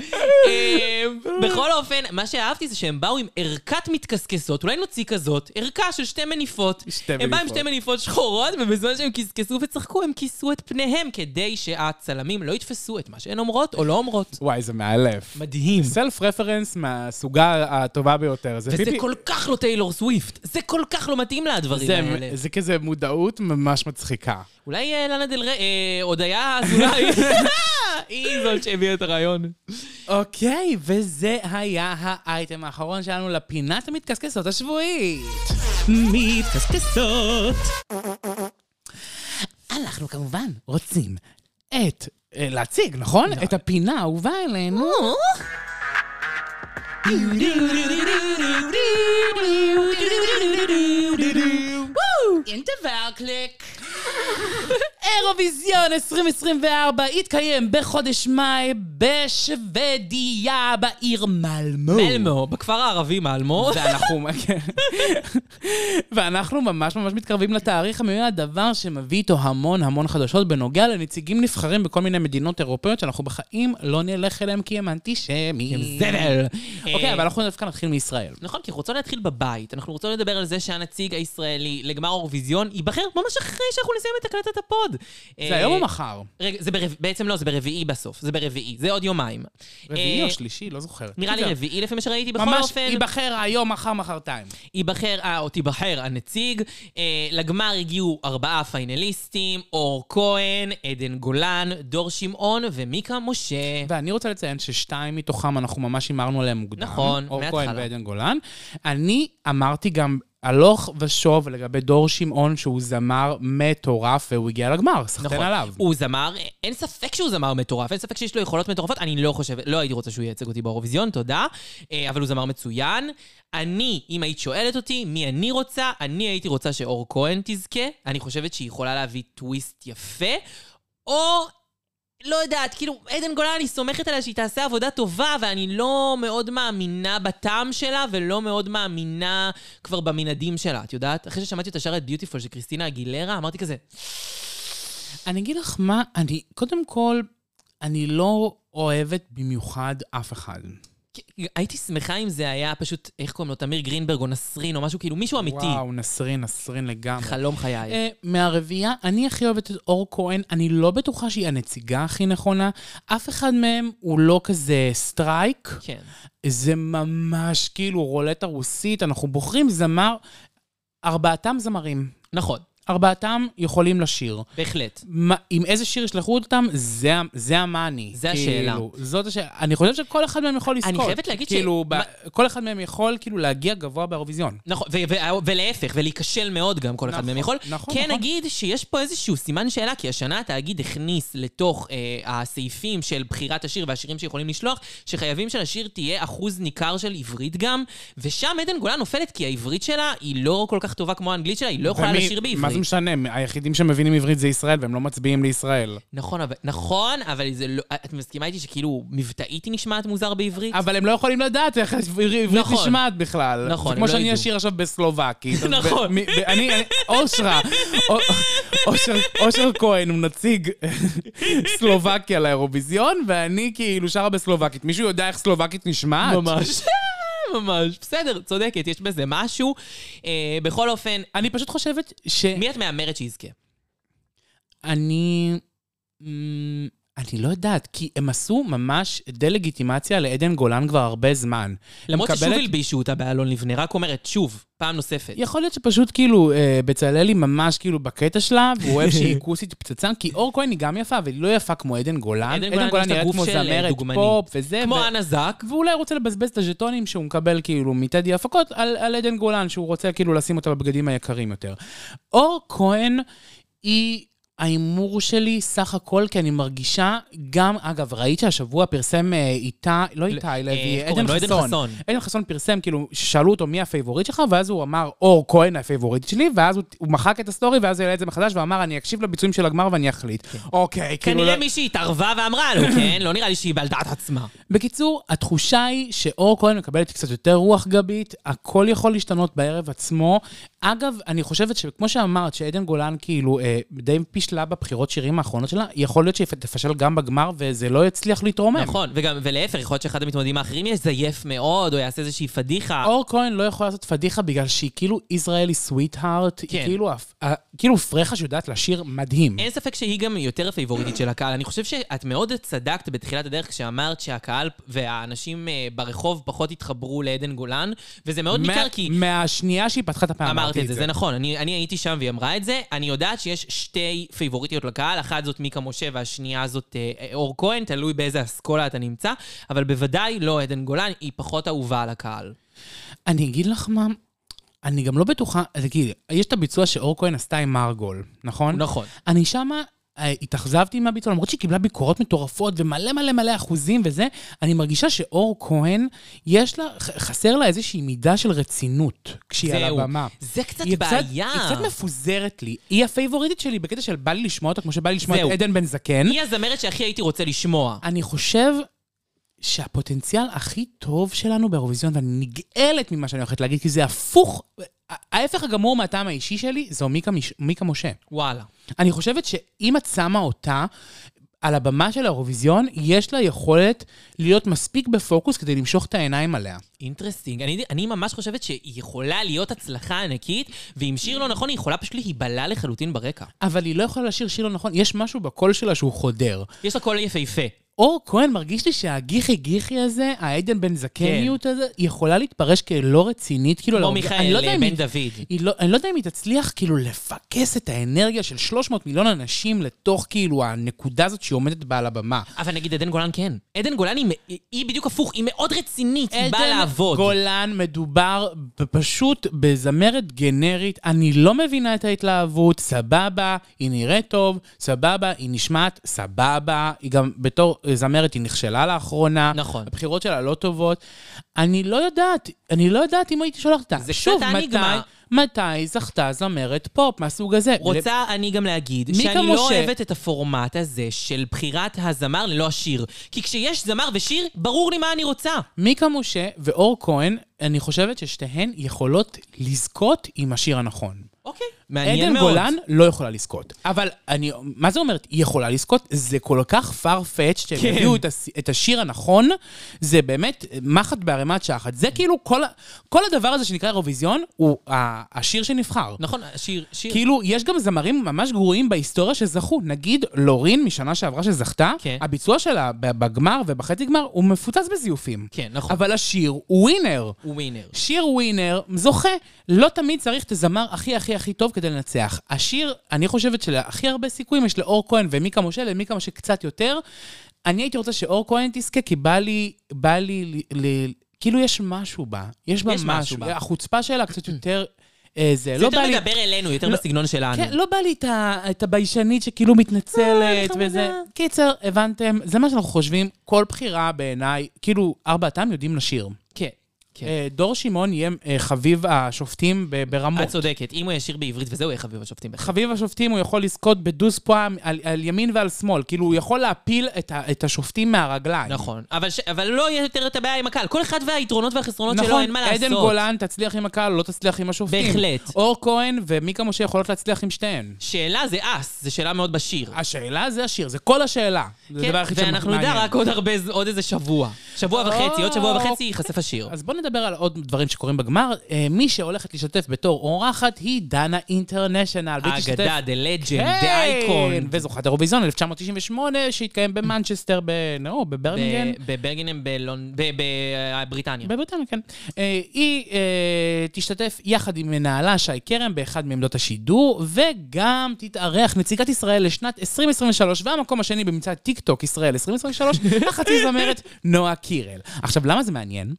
אמ, בכל אופן, מה שאהבתי זה שהם באו עם ערכת מתקסקסות, אולי נוציא כזאת, ערכה של שתי מניפות.
שתי
הם באו עם
מניפות.
שתי מניפות שחורות, ובזמן שהם קסקסו וצחקו, הם כיסו את פניהם, כדי שהצלמים לא יתפסו את מה שהן אומרות או לא אומרות.
וואי, זה מאלף.
מדהים.
סלף רפרנס מהסוגה הטובה ביותר. זה
וזה
פיפי-
כל כך לא טיילור סוויפט, זה כל כך לא מתאים לה הדברים
זה,
האלה.
זה כזה מודעות ממש מצחיקה.
אולי אה, לנה דל רי, אה, הודיה אזולאי, היא זאת שהביאה את הרעיון.
אוקיי, וזה היה האייטם האחרון שלנו לפינת המתקסקסות השבועית.
מתקסקסות,
אנחנו כמובן רוצים את... אה, להציג, נכון? את הפינה האהובה אלינו.
אה?
אין דבר קליק.
אירוויזיון 2024 יתקיים בחודש מאי בשוודיה, בעיר מלמו.
מלמו, בכפר הערבי מלמו.
ואנחנו, כן. ואנחנו ממש ממש מתקרבים לתאריך המיועד, דבר שמביא איתו המון המון חדשות בנוגע לנציגים נבחרים בכל מיני מדינות אירופאיות שאנחנו בחיים לא נלך אליהם כי הם אנטישמים.
זבל.
אוקיי, אבל אנחנו דווקא נתחיל מישראל.
נכון, כי אנחנו רוצות להתחיל בבית. אנחנו רוצות לדבר על זה שהנציג הישראלי לגמר האירוויזיון ייבחר ממש אחרי שאנחנו נסיים את הקלטת הפוד. אה,
זה היום או מחר?
רגע, זה ברב... בעצם לא, זה ברביעי בסוף. זה ברביעי. זה עוד יומיים.
רביעי
אה,
או שלישי? לא זוכרת.
נראה לי רביעי לפי מה שראיתי, בכל
ממש
אופן.
ייבחר היום, מחר, מחרתיים.
ייבחר, אה, או תיבחר הנציג. אה, לגמר הגיעו ארבעה פיינליסטים, אור כהן, עדן גולן, דור שמעון ומיקה משה.
ואני רוצה לציין ששתיים מתוכם אנחנו ממש הימרנו עליהם מוקדם.
נכון,
אור
מההתחלה.
כהן ועדן גולן. אני אמרתי גם הלוך ושוב לגבי דור שמעון, שהוא זמר מטורף והוא הגיע לגמר, סחטיין עליו.
נכון. הוא זמר, אין ספק שהוא זמר מטורף, אין ספק שיש לו יכולות מטורפות, אני לא חושבת, לא הייתי רוצה שהוא ייצג אותי באירוויזיון, תודה, אה, אבל הוא זמר מצוין. אני, אם היית שואלת אותי מי אני רוצה, אני הייתי רוצה שאור כהן תזכה, אני חושבת שהיא יכולה להביא טוויסט יפה, או... לא יודעת, כאילו, עדן גולן, אני סומכת עליה שהיא תעשה עבודה טובה, ואני לא מאוד מאמינה בטעם שלה, ולא מאוד מאמינה כבר במנעדים שלה, את יודעת? אחרי ששמעתי אותה שרה את ביוטיפול של קריסטינה אגילרה, אמרתי כזה,
אני אגיד לך מה, אני, קודם כל, אני לא אוהבת במיוחד אף אחד.
הייתי שמחה אם זה היה פשוט, איך קוראים לו, תמיר גרינברג או נסרין או משהו, כאילו מישהו אמיתי.
וואו, נסרין, נסרין לגמרי.
חלום חיי.
אה, מהרביעייה, אני הכי אוהבת את אור כהן, אני לא בטוחה שהיא הנציגה הכי נכונה. אף אחד מהם הוא לא כזה סטרייק.
כן.
זה ממש כאילו רולטה רוסית, אנחנו בוחרים זמר, ארבעתם זמרים.
נכון,
ארבעתם יכולים לשיר.
בהחלט.
מה, עם איזה שיר ישלחו אותם, זה, ה- זה המאני.
זה
כאילו,
השאלה.
זאת השאלה. אני חושב שכל אחד מהם יכול לזכות.
חייבת להגיד ש-
כאילו,
מה-
ב... כל אחד מהם יכול כאילו להגיע גבוה באירוויזיון.
נכון, ו- ו- ולהפך, ולהיכשל מאוד גם כל אחד
נכון,
מהם יכול.
נכון,
כן
נכון.
נגיד שיש פה איזשהו סימן שאלה, כי השנה התאגיד הכניס לתוך אה, הסעיפים של בחירת השיר והשירים שיכולים לשלוח, שחייבים שלשיר תהיה אחוז ניכר של עברית גם, ושם עדן גולן נופלת כי העברית שלה היא לא כל כך טובה כמו האנגלית שלה, היא לא יכולה
ומי-
לשיר בעברית.
מה זה משנה? היחידים שמבינים עברית זה ישראל, והם לא מצביעים לישראל.
נכון, אבל, נכון, אבל זה לא... את מסכימה איתי שכאילו מבטאית היא נשמעת מוזר בעברית?
אבל הם לא יכולים לדעת איך עברית
נכון.
נשמעת בכלל.
נכון,
זה
הם
כמו
לא
שאני
ידעו.
אשיר עכשיו בסלובקית. אז
נכון.
ב- מי- ב- אני, אני- אושרה, א- אושר- אושר כהן הוא נציג סלובקיה לאירוויזיון, ואני כאילו שרה בסלובקית. מישהו יודע איך סלובקית נשמעת?
ממש. ממש. בסדר, צודקת, יש בזה משהו. אה, בכל אופן,
אני פשוט חושבת ש...
מי את מהמרת שיזכה?
אני... אמ, אני לא יודעת, כי הם עשו ממש דה-לגיטימציה לעדן גולן כבר הרבה זמן.
למרות
היא
ששוב
מקבלת-
הלבישו אותה באלון לבנה, רק אומרת שוב, פעם נוספת.
יכול להיות שפשוט כאילו, אה, בצלאלי ממש כאילו בקטע שלה, והוא אוהב שהיא כוסית פצצה, כי אור כהן היא גם יפה, אבל היא לא יפה כמו עדן גולן.
עדן
עדן
גולן
גולן,
יש לה
נראית
גוף
כמו
של, אה,
זמרת
דוגמנית.
פופ וזה,
כמו
ו-
אנה זק.
ואולי הוא רוצה לבזבז את הז'טונים שהוא מקבל כאילו מטדי הפקות על, על עדן גולן, שהוא רוצה כאילו לשים אותה בבגדים היקרים יותר. אור כהן היא... ההימור שלי, סך הכל, כי אני מרגישה, גם, אגב, ראית שהשבוע פרסם אה, איתי, לא איתי
אה,
לוי,
איך
עדן
קוראים לו? עדן
חסון.
חסון.
עדן חסון פרסם, כאילו, ששאלו אותו מי הפייבוריט שלך, ואז הוא אמר, אור כהן הפייבוריט שלי, ואז הוא- הוא מחק את הסטורי, ואז הוא העלה את זה מחדש, ואמר, אני אקשיב לביצועים של הגמר ואני אחליט. אוקיי, כאילו...
כן. כנראה
לא-
מישהי התערבה ואמרה לו, כן? לא נראה לי שהיא בעל דעת עצמה.
בקיצור, התחושה היא שאור כהן מקבלת קצת יותר רוח גבית, הכל יכול להשתנות בערב עצמו. אגב, אני חושבת שכמו שאמרת, שעדן גולן כאילו אה, די פישלה בבחירות שירים האחרונות שלה, יכול להיות שהיא תפשל גם בגמר וזה לא יצליח להתרומם.
נכון, וגם, ולהפך, יכול להיות שאחד המתמודדים האחרים יזייף מאוד, או יעשה איזושהי פדיחה.
אור כהן לא יכולה לעשות פדיחה בגלל שהיא כאילו ישראלי סוויטהארט, היא
כן.
כאילו, הפ- אה, כאילו פרחה שיודעת לשיר מדהים.
אין ספק שהיא גם יותר הפייבוריטית של הקהל. אני חושב שאת מאוד צדקת בתחילת הדרך כשאמרת שהקהל והאנשים אה, ברחוב פחות התחברו לעדן גולן, וזה מאוד
מה-
ניכר כי...
מהשנייה שהיא פתחה את הפה
אמרת את זה, זה נכון. אני, אני הייתי שם והיא אמרה את זה. אני יודעת שיש שתי פייבוריטיות לקהל, אחת זאת מיקה משה והשנייה זאת אה, אור כהן, תלוי באיזה אסכולה אתה נמצא, אבל בוודאי לא עדן גולן, היא פחות אהובה על הקהל. נכון.
אני אגיד לך מה, אני גם לא בטוחה, תגידי, יש את הביצוע שאור כהן עשתה עם מרגול, נכון?
נכון.
אני שמה... אה, התאכזבתי מהביצוע, למרות שהיא קיבלה ביקורות מטורפות ומלא מלא מלא אחוזים וזה, אני מרגישה שאור כהן, יש לה, ח- חסר לה איזושהי מידה של רצינות כשהיא על
זהו.
הבמה.
זה קצת
היא
בעיה.
היא קצת מפוזרת לי. היא הפייבוריטית שלי בקטע של בא לי לשמוע אותה כמו שבא לי לשמוע
זהו.
את עדן בן זקן.
היא הזמרת שהכי הייתי רוצה לשמוע.
אני חושב שהפוטנציאל הכי טוב שלנו באירוויזיון, ואני נגאלת ממה שאני הולכת להגיד, כי זה הפוך, ההפך הגמור מהטעם האישי שלי, זו מיקה, מש, מיקה משה.
וואלה.
אני חושבת שאם את שמה אותה על הבמה של האירוויזיון, יש לה יכולת להיות מספיק בפוקוס כדי למשוך את העיניים עליה.
אינטרסטינג. אני, אני ממש חושבת שהיא יכולה להיות הצלחה ענקית, ועם שיר לא
Mm.
נכון, היא יכולה פשוט להיבלע לחלוטין ברקע.
אבל היא לא יכולה לשיר שיר לא נכון, יש משהו בקול שלה שהוא חודר.
יש לה קול יפהפה.
אור כהן מרגיש לי שהגיחי גיחי הזה, העדן בן זקניות הזה, היא יכולה להתפרש כלא רצינית, כאילו...
כן. כמו
לא- אני לא
מיכאל
יודע אם
בן
היא-
דוד.
היא לא, אני לא יודע אם היא תצליח כאילו לפקס את האנרגיה של 300 מיליון אנשים לתוך כאילו הנקודה הזאת שהיא עומדת בה על הבמה.
אבל נגיד עדן גולן כן. עדן גולן היא, היא בדיוק הפוך, היא מאוד רצינית, היא באה לעבוד.
גולן מדובר ב- פשוט בזמרת גנרית, אני לא מבינה את ההתלהבות, סבבה, היא נראית טוב, סבבה, היא נשמעת סבבה, היא גם בתור אה, זמרת היא נכשלה לאחרונה.
נכון.
הבחירות שלה לא טובות. אני לא יודעת, אני לא יודעת אם הייתי שולחת אותה.
זה
שוב,
קצת
מתי,
אניגמה.
מתי זכתה זמרת פופ מהסוג הזה?
רוצה אני גם להגיד,
מי
שאני
כמושה?
לא אוהבת את הפורמט הזה של בחירת הזמר ללא השיר. כי כשיש זמר ושיר, ברור לי מה אני רוצה.
מיקה משה ואור כהן, אני חושבת ששתיהן יכולות לזכות עם השיר הנכון.
אוקיי. מעניין
עדן
מאוד.
גולן לא יכולה לזכות. אבל אני, מה זה אומרת? היא יכולה לזכות? זה כל כך farfetched שהם
כן.
הביאו את, הס- את השיר הנכון, זה באמת מחט בערימת שחת. זה כאילו כל, ה- כל הדבר הזה שנקרא אירוויזיון, הוא ה- השיר שנבחר.
נכון, שיר, שיר.
כאילו, יש גם זמרים ממש גרועים בהיסטוריה שזכו. נגיד, לורין משנה שעברה שזכתה,
כן.
הביצוע שלה ב- בגמר ובחצי גמר הוא מפוצץ בזיופים.
כן, נכון.
אבל השיר הוא ווינר.
הוא ווינר.
שיר ווינר זוכה. לא תמיד צריך את הזמר הכי הכי הכי טוב כדי לנצח. השיר, אני חושבת שלהכי הרבה סיכויים יש לאור כהן ומיקה משה, למיקה משה קצת יותר. אני הייתי רוצה שאור כהן תזכה, כי בא לי, בא לי, ל, ל, כאילו יש משהו בה. יש בה
יש משהו
משהו.
בה.
החוצפה שלה קצת יותר... אה, זה,
זה
לא בא
יותר
לי...
מדבר אלינו, יותר
לא-
בסגנון שלנו.
כן, לא בא לי את, ה, את הביישנית שכאילו מתנצלת
אה, חמודה.
וזה. קיצר, הבנתם, זה מה שאנחנו חושבים. כל בחירה בעיניי, כאילו, ארבעתם יודעים לשיר.
כן. כן.
אה, דור שמעון יהיה אה, חביב השופטים ב- ברמות.
את צודקת, אם הוא ישיר בעברית, וזה הוא יהיה חביב השופטים. בהחלט.
חביב השופטים, הוא יכול לזכות בדוס פעם על, על ימין ועל שמאל. כאילו, הוא יכול להפיל את, ה, את השופטים מהרגליים.
נכון, אבל, ש... אבל לא יהיה יותר את הבעיה עם הקהל. כל אחד והיתרונות והחסרונות שלו,
נכון,
אין מה לעשות.
עדן גולן תצליח עם הקהל, לא תצליח עם השופטים.
בהחלט.
אור כהן ומיקה משה יכולות להצליח עם שתיהן.
שאלה זה אס, זו שאלה מאוד בשיר.
השאלה זה השיר, זה כל השאלה. זה הדבר היחיד
כן, ואנחנו נדע
שמעניין.
רק עוד הרבה, ז- עוד איזה שבוע. שבוע וחצי, עוד שבוע וחצי ייחשף השיר.
אז בואו נדבר על עוד דברים שקורים בגמר. אה, מי שהולכת להשתתף בתור אורחת היא דנה אינטרנשיונל. והיא תשתתף-
האגדה, the legend, the
כן,
icon.
וזוכת אירוויזיון 1998, שהתקיים במנצ'סטר, בנו, בברמינגן.
ב- בברגנם, בלונ- ב- בבריטניה.
בבריטניה, כן. אה, היא אה, תשתתף יחד עם מנהלה שי כרם באחד מעמדות השידור, וגם תתארח נציגת ישראל לשנת 2023, והמקום השני במצעד טיק טוק ישראל 2023, החצי זמרת נועה קירל. עכשיו, למה זה מעניין?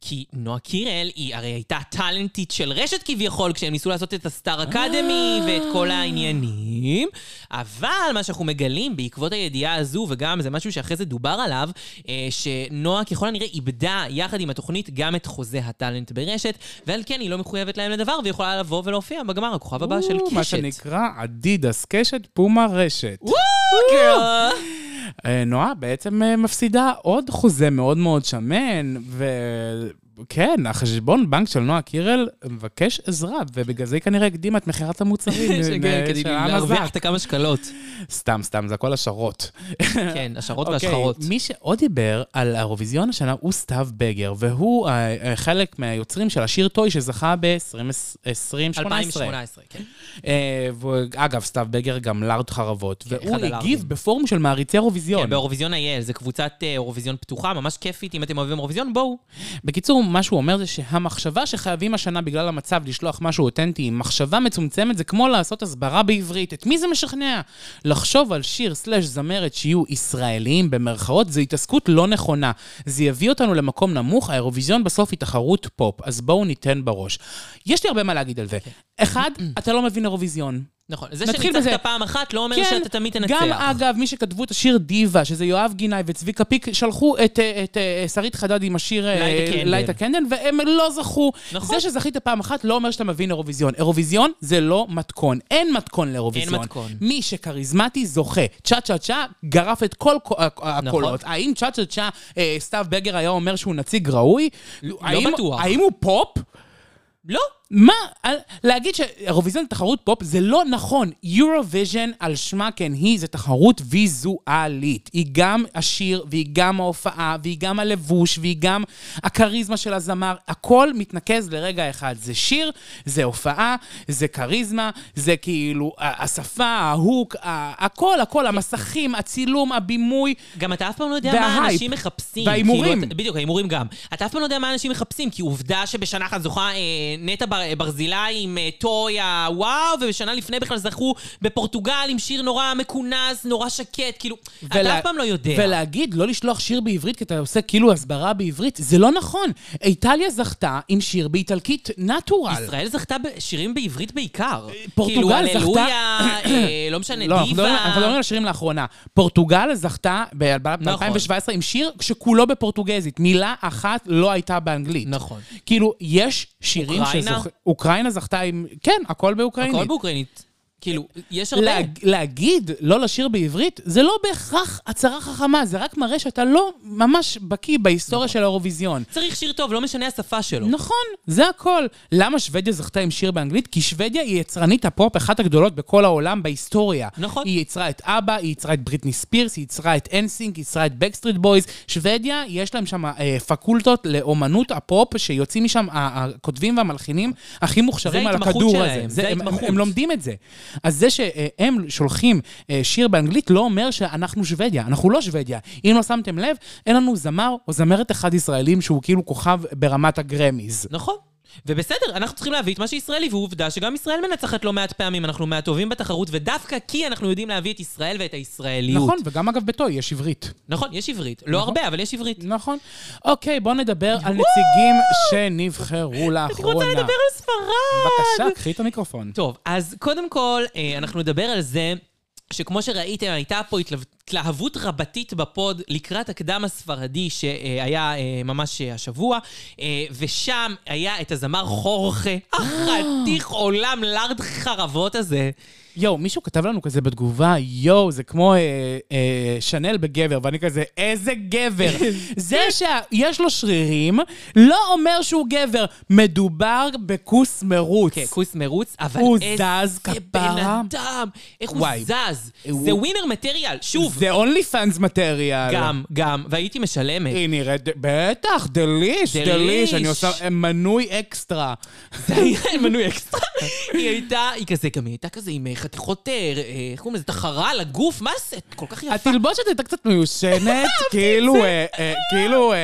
כי נועה קירל היא הרי הייתה טאלנטית של רשת כביכול, כשהם ניסו לעשות את הסטאר אקדמי
אה.
ואת כל העניינים, אבל מה שאנחנו מגלים בעקבות הידיעה הזו, וגם זה משהו שאחרי זה דובר עליו, אה, שנועה ככל הנראה איבדה יחד עם התוכנית גם את חוזה הטאלנט ברשת, ועל כן היא לא מחויבת להם לדבר, ויכולה לבוא ולהופיע בגמר הכוכב הבא של
מה
קשת.
שנקרא אדידס קשת פומה רשת.
girl.
אה, נועה בעצם אה, מפסידה עוד חוזה מאוד מאוד שמן, וכן, החשבון בנק של נועה קירל מבקש עזרה, ובגלל זה היא כנראה הקדימה את מכירת המוצרים
שכן,
אה,
כדי
של המזל.
להרוויח את הכמה שקלות.
סתם, סתם, זה הכל השערות.
כן, השערות
אוקיי,
והשחרות.
מי שעוד דיבר על האירוויזיון השנה הוא סתיו בגר, והוא אה, אה, חלק מהיוצרים של השיר טוי שזכה ב-2018.
2018, כן.
אה, אגב, סתיו בגר גם לארד חרבות, והוא
כן, אחד הלארדים.
הגיב בפורום של מעריצי אירוויזיון.
כן, באירוויזיון אייל, זו קבוצת אה, אירוויזיון פתוחה, ממש כיפית, אם אתם אוהבים אירוויזיון, בואו.
בקיצור, מה שהוא אומר זה שהמחשבה שחייבים השנה בגלל המצב לשלוח משהו אותנטי עם מחשבה מצומצמת זה כמו לעשות הסברה בעברית. את מי זה משכנע? לחשוב על שיר סלאש זמרת שיהיו ישראליים במרכאות זה התעסקות לא נכונה. זה יביא אותנו למקום נמוך, האירוויזיון בסוף היא תחרות פופ, אז בואו ניתן בראש. יש לי הרבה מה להגיד על זה. אחד, אתה לא מבין אירוויזיון.
נכון, זה
נתחיל בזה. כן,
שניצחת פעם אחת לא אומר שאתה תמיד תנצח.
גם אגב, מי שכתבו את השיר דיווה, שזה יואב גינאי וצביקה פיק, שלחו את, אה, את אה, שרית חדד עם השיר אה,
לייט הקנדל.
לייט הקנדל, והם לא זכו.
נכון.
זה שזכית פעם אחת לא אומר שאתה מבין אירוויזיון. אירוויזיון זה לא מתכון. אין מתכון לאירוויזיון.
אין מתכון.
מי שכריזמטי זוכה. צ'ה צ'ה צ'ה גרף את כל ה- ה- הקולות.
נכון.
האם צ'ה צ'ה צ'ה, אה, סתיו בגר היה אומר שהוא נציג ראוי? לא
בטוח.
האם הוא פופ?
לא.
מה? על- להגיד שאירוויזיון זה תחרות פופ זה לא נכון. יורוויז'ן על שמה כן היא, זה תחרות ויזואלית. היא גם השיר, והיא גם ההופעה, והיא גם הלבוש, והיא גם הכריזמה של הזמר. הכל מתנקז לרגע אחד. זה שיר, זה הופעה, זה כריזמה, זה כאילו ה- השפה, ההוק, ה- הכל, הכל, המסכים, הצילום, הבימוי.
גם אתה אף פעם לא יודע מה
וההייפ.
אנשים מחפשים.
וההימורים.
כאילו, אתה- בדיוק, ההימורים גם. אתה אף פעם לא יודע מה אנשים מחפשים, כי עובדה שבשנה אחת זוכה אה, נטע בר- ברזילי עם אה, טוי הוואו, ובשנה לפני בכלל זכו בפורטוגל עם שיר נורא מכונס, נורא שקט, כאילו, אתה
ולה-
אף פעם לא יודע.
ולהגיד, לא לשלוח שיר בעברית, כי אתה עושה כאילו הסברה בעברית, זה לא נכון. איטליה זכתה עם שיר באיטלקית נטורל.
ישראל זכתה בשירים בעברית בעיקר.
אה, פורטוגל
כאילו,
זכתה-
הללויה, אה, לא משנה,
לא, אנחנו מדברים-
דיווה.
אנחנו מדברים על שירים לאחרונה. פורטוגל זכתה
נכון.
ב-2017 עם שיר שכולו בפורטוגזית. מילה אחת לא הייתה באנגלית.
נכון.
כאילו, יש שירים
אוקראינה?
שזוכים... אוקראינה זכתה עם... כן, הכל באוקראינית.
הכל באוקראינית. כאילו, יש הרבה.
להג, להגיד לא לשיר בעברית, זה לא בהכרח הצהרה חכמה, זה רק מראה שאתה לא ממש בקיא בהיסטוריה
נכון.
של האירוויזיון.
צריך שיר טוב, לא משנה השפה שלו.
נכון, זה הכל. למה שוודיה זכתה עם שיר באנגלית? כי שוודיה היא יצרנית הפופ אחת הגדולות בכל העולם בהיסטוריה.
נכון.
היא יצרה את אבא, היא יצרה את בריטני ספירס, היא יצרה את אנסינק, היא יצרה את בקסטריט בויז. שוודיה, יש להם שם אה, פקולטות לאומנות הפופ, שיוצאים משם ה- הכותבים והמלחינים הכי מוכשרים
זה
על
ההתמחות
הכדור
שלהם,
הזה.
זה
הם- הם-
ההתמחות.
הם לא לומדים את זה. אז זה שהם שולחים אה, שיר באנגלית לא אומר שאנחנו שוודיה, אנחנו לא שוודיה. אם לא שמתם לב, אין לנו זמר או זמרת אחד ישראלים שהוא כאילו כוכב ברמת הגרמיז.
נכון. ובסדר, אנחנו צריכים להביא את מה שישראלי, ועובדה שגם ישראל מנצחת לא מעט פעמים, אנחנו מהטובים בתחרות, ודווקא כי אנחנו יודעים להביא את ישראל ואת הישראליות.
נכון, וגם אגב בטוי יש עברית.
נכון, יש עברית. לא הרבה, אבל יש עברית.
נכון. אוקיי, בואו נדבר על נציגים שנבחרו
אני
לאחרונה.
רוצה לדבר על ספרד!
בבקשה, קחי את המיקרופון.
טוב, אז קודם כל, אה, אנחנו נדבר על זה שכמו שראיתם, הייתה פה התלו- התלהבות רבתית בפוד לקראת הקדם הספרדי שהיה אה, ממש אה, השבוע, אה, ושם היה את הזמר חורכה,
אה!
החתיך עולם לארד חרבות הזה.
יואו, מישהו כתב לנו כזה בתגובה, יואו, זה כמו אה, אה, שנל בגבר, ואני כזה, איזה גבר. זה שיש לו שרירים, לא אומר שהוא גבר. מדובר בכוס מרוץ.
כן, כוס מרוץ, אבל
הוא
איזה
זז,
בן
כפרה.
אדם, איך הוא
וואי. אה,
זז.
הוא-
זה ווינר מטריאל, שוב,
זה אונלי פאנס מטריאל.
גם, גם, והייתי משלמת.
היא נראית, בטח, דליש,
דליש.
דליש, אני עושה אה, מנוי אקסטרה.
זה היה מנוי אקסטרה. היא הייתה, היא כזה, גם היא הייתה כזה עם אה, חתיכות, אה, אה, איך קוראים לזה, תחרה לגוף? מה זה? את כל כך יפה.
התלבושת הייתה קצת מיושנת, כאילו, אה, אה, כאילו, אה,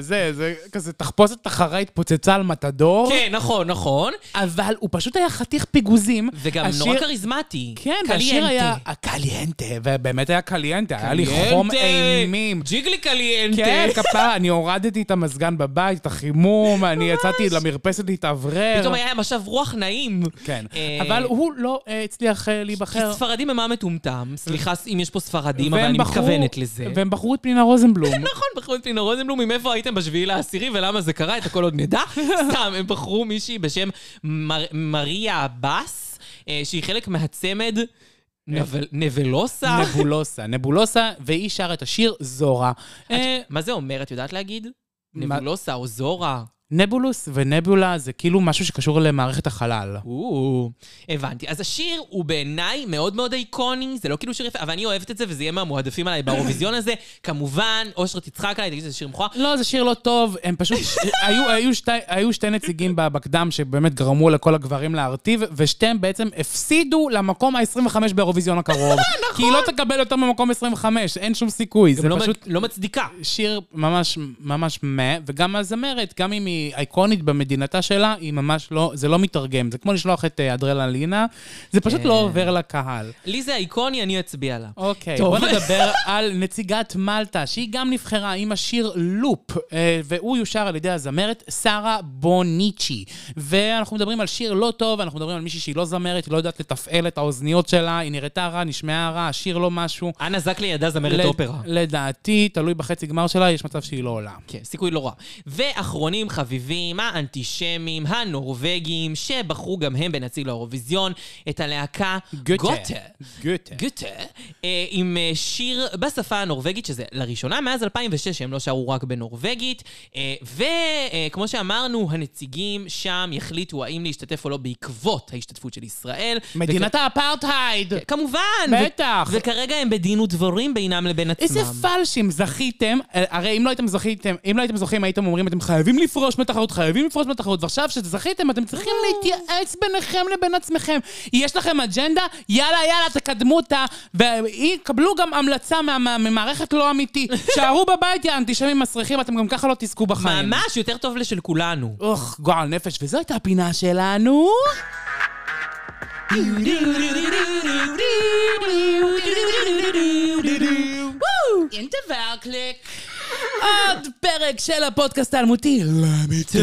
זה, זה כזה תחפושת אחרי התפוצצה על מתדור.
כן, נכון, נכון.
אבל הוא פשוט היה חתיך פיגוזים.
וגם
השיר-
נורא כריזמטי.
כן, והשיר
קליינטה.
היה... קליינטה. ובאמת היה קליינטה, היה לי
קליינטה.
חום אימים.
ג'יגלי קליינטה.
כן, כפרה, אני הורדתי את המזגן בבית, את החימום, אני יצאתי למרפסת להתאוורר.
פתאום היה משב רוח נעים.
כן,
אה,
אבל הוא לא אה, הצליח אה,
כי
להיבחר.
ספרדים הם עם מטומטם, סליחה אם יש פה ספרדים, אבל
והם
אני
בחרו-
מתכוונת לזה.
והם בחרו את פנינה רוזנבלום.
נכון, בחרו את פנינה רוזנבלום, מאיפה הייתם בשביעי לעשירי ולמה זה קרה, את הכל עוד נדע. סתם, הם בחרו מישהי בשם מר- מריה בס, אה, שהיא חלק מהצמד נבל- נבלוסה.
נבולוסה, נבולוסה, והיא שרה את השיר זורה. אה,
מה זה אומר, את יודעת להגיד?
מה-
נבלוסה או זורה.
נבולוס ונבולה זה כאילו משהו שקשור למערכת החלל.
או, הבנתי. אז השיר הוא בעיניי מאוד מאוד איקוני, זה לא כאילו שיר יפה, אבל אני אוהבת את זה וזה יהיה מהמועדפים עליי באירוויזיון הזה. כמובן, אושרה תצחק עליי, תגיד שזה שיר מכוער.
לא, זה שיר לא טוב, הם פשוט... היו, היו, שתי, היו שתי נציגים ב- בקדם שבאמת גרמו לכל הגברים להרטיב, ושתיהם בעצם הפסידו למקום ה-25 באירוויזיון הקרוב. נכון. כי היא לא תקבל יותר ממקום 25, אין שום סיכוי. זה
לא
פשוט
מ- לא מצדיקה.
שיר ממש ממש מה, וגם הזמרת, גם אם היא אייקונית במדינתה שלה, היא ממש לא, זה לא מתרגם. זה כמו לשלוח את אה, אדרללינה, זה פשוט לא עובר לקהל.
לי זה איקוני, אני אצביע לה.
אוקיי,
טוב.
בוא נדבר על נציגת מלטה, שהיא גם נבחרה עם השיר לופ, אה, והוא יושר על ידי הזמרת שרה בוניצ'י. ואנחנו מדברים על שיר לא טוב, אנחנו מדברים על מישהי שהיא לא זמרת, היא לא יודעת לתפעל את האוזניות שלה, היא נראתה רע, נשמעה רע, השיר לא משהו.
אנה זקלי ידעה זמרת
לד-
אופרה.
לדעתי, תלוי בחצי גמר שלה, יש מצב שהיא לא עולה.
כן, סיכוי לא רע. ואחרונים חביבים, האנטישמים, הנורבגים, שבחרו גם הם בנציג לאירוויזיון, את הלהקה
גוטה. גוטה.
גוטה, אה, עם אה, שיר בשפה הנורבגית, שזה לראשונה מאז 2006 שהם לא שרו רק בנורבגית. אה, וכמו שאמרנו, הנציגים שם יחליטו האם להשתתף או לא בעקבות ההשתתפות של ישראל.
מדינת האפרטהייד!
וכ- כמובן!
בטח.
ו- וכרגע הם בדין ודברים בינם לבין עצמם.
איזה פלשים, זכיתם. אה, הרי אם לא הייתם זכיתם, אם לא הייתם זוכים, הייתם אומרים, אתם חייבים לפרוש מהתחרות, חייבים לפרוש מהתחרות, ועכשיו שזכיתם, אתם צריכים להתייעץ ביניכם לבין עצמכם. יש לכם אג'נדה? יאללה, יאללה, תקדמו אותה, וקבלו גם המלצה מה- מה- ממערכת לא אמיתי. שערו בבית, יא אנטישמים מסריחים, אתם גם ככה לא תזכו בחיים.
ממש יותר טוב לשל כולנו.
אוח, גועל נפש, וזו הייתה הפינה שלנו.
אין דבר קליק.
עוד פרק של הפודקאסט האלמותי, למיטה,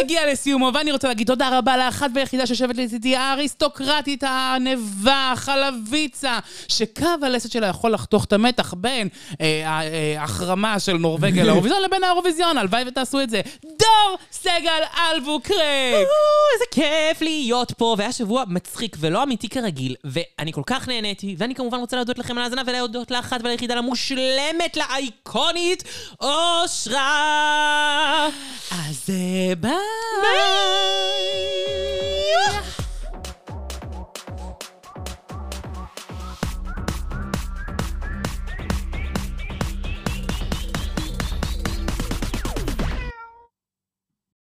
הגיע לסיומו, ואני רוצה להגיד תודה רבה לאחת והיחידה שיושבת לצידי, האריסטוקרטית הענבה, החלביצה, שקו הלסת שלה יכול לחתוך את המתח בין אה, ה- אה, ההחרמה של נורבגיה לאירוויזיון לבין האירוויזיון, הלוואי ותעשו את זה. דור סגל אלבוקרק!
או, איזה כיף להיות פה, והיה שבוע מצחיק ולא אמיתי כרגיל, ואני כל כך נהניתי, ואני כמובן רוצה להודות לכם על ההאזנה ולהודות לאחת וליחידה למושלמת, לאייקונית, אושרה!
אז אה, ביי!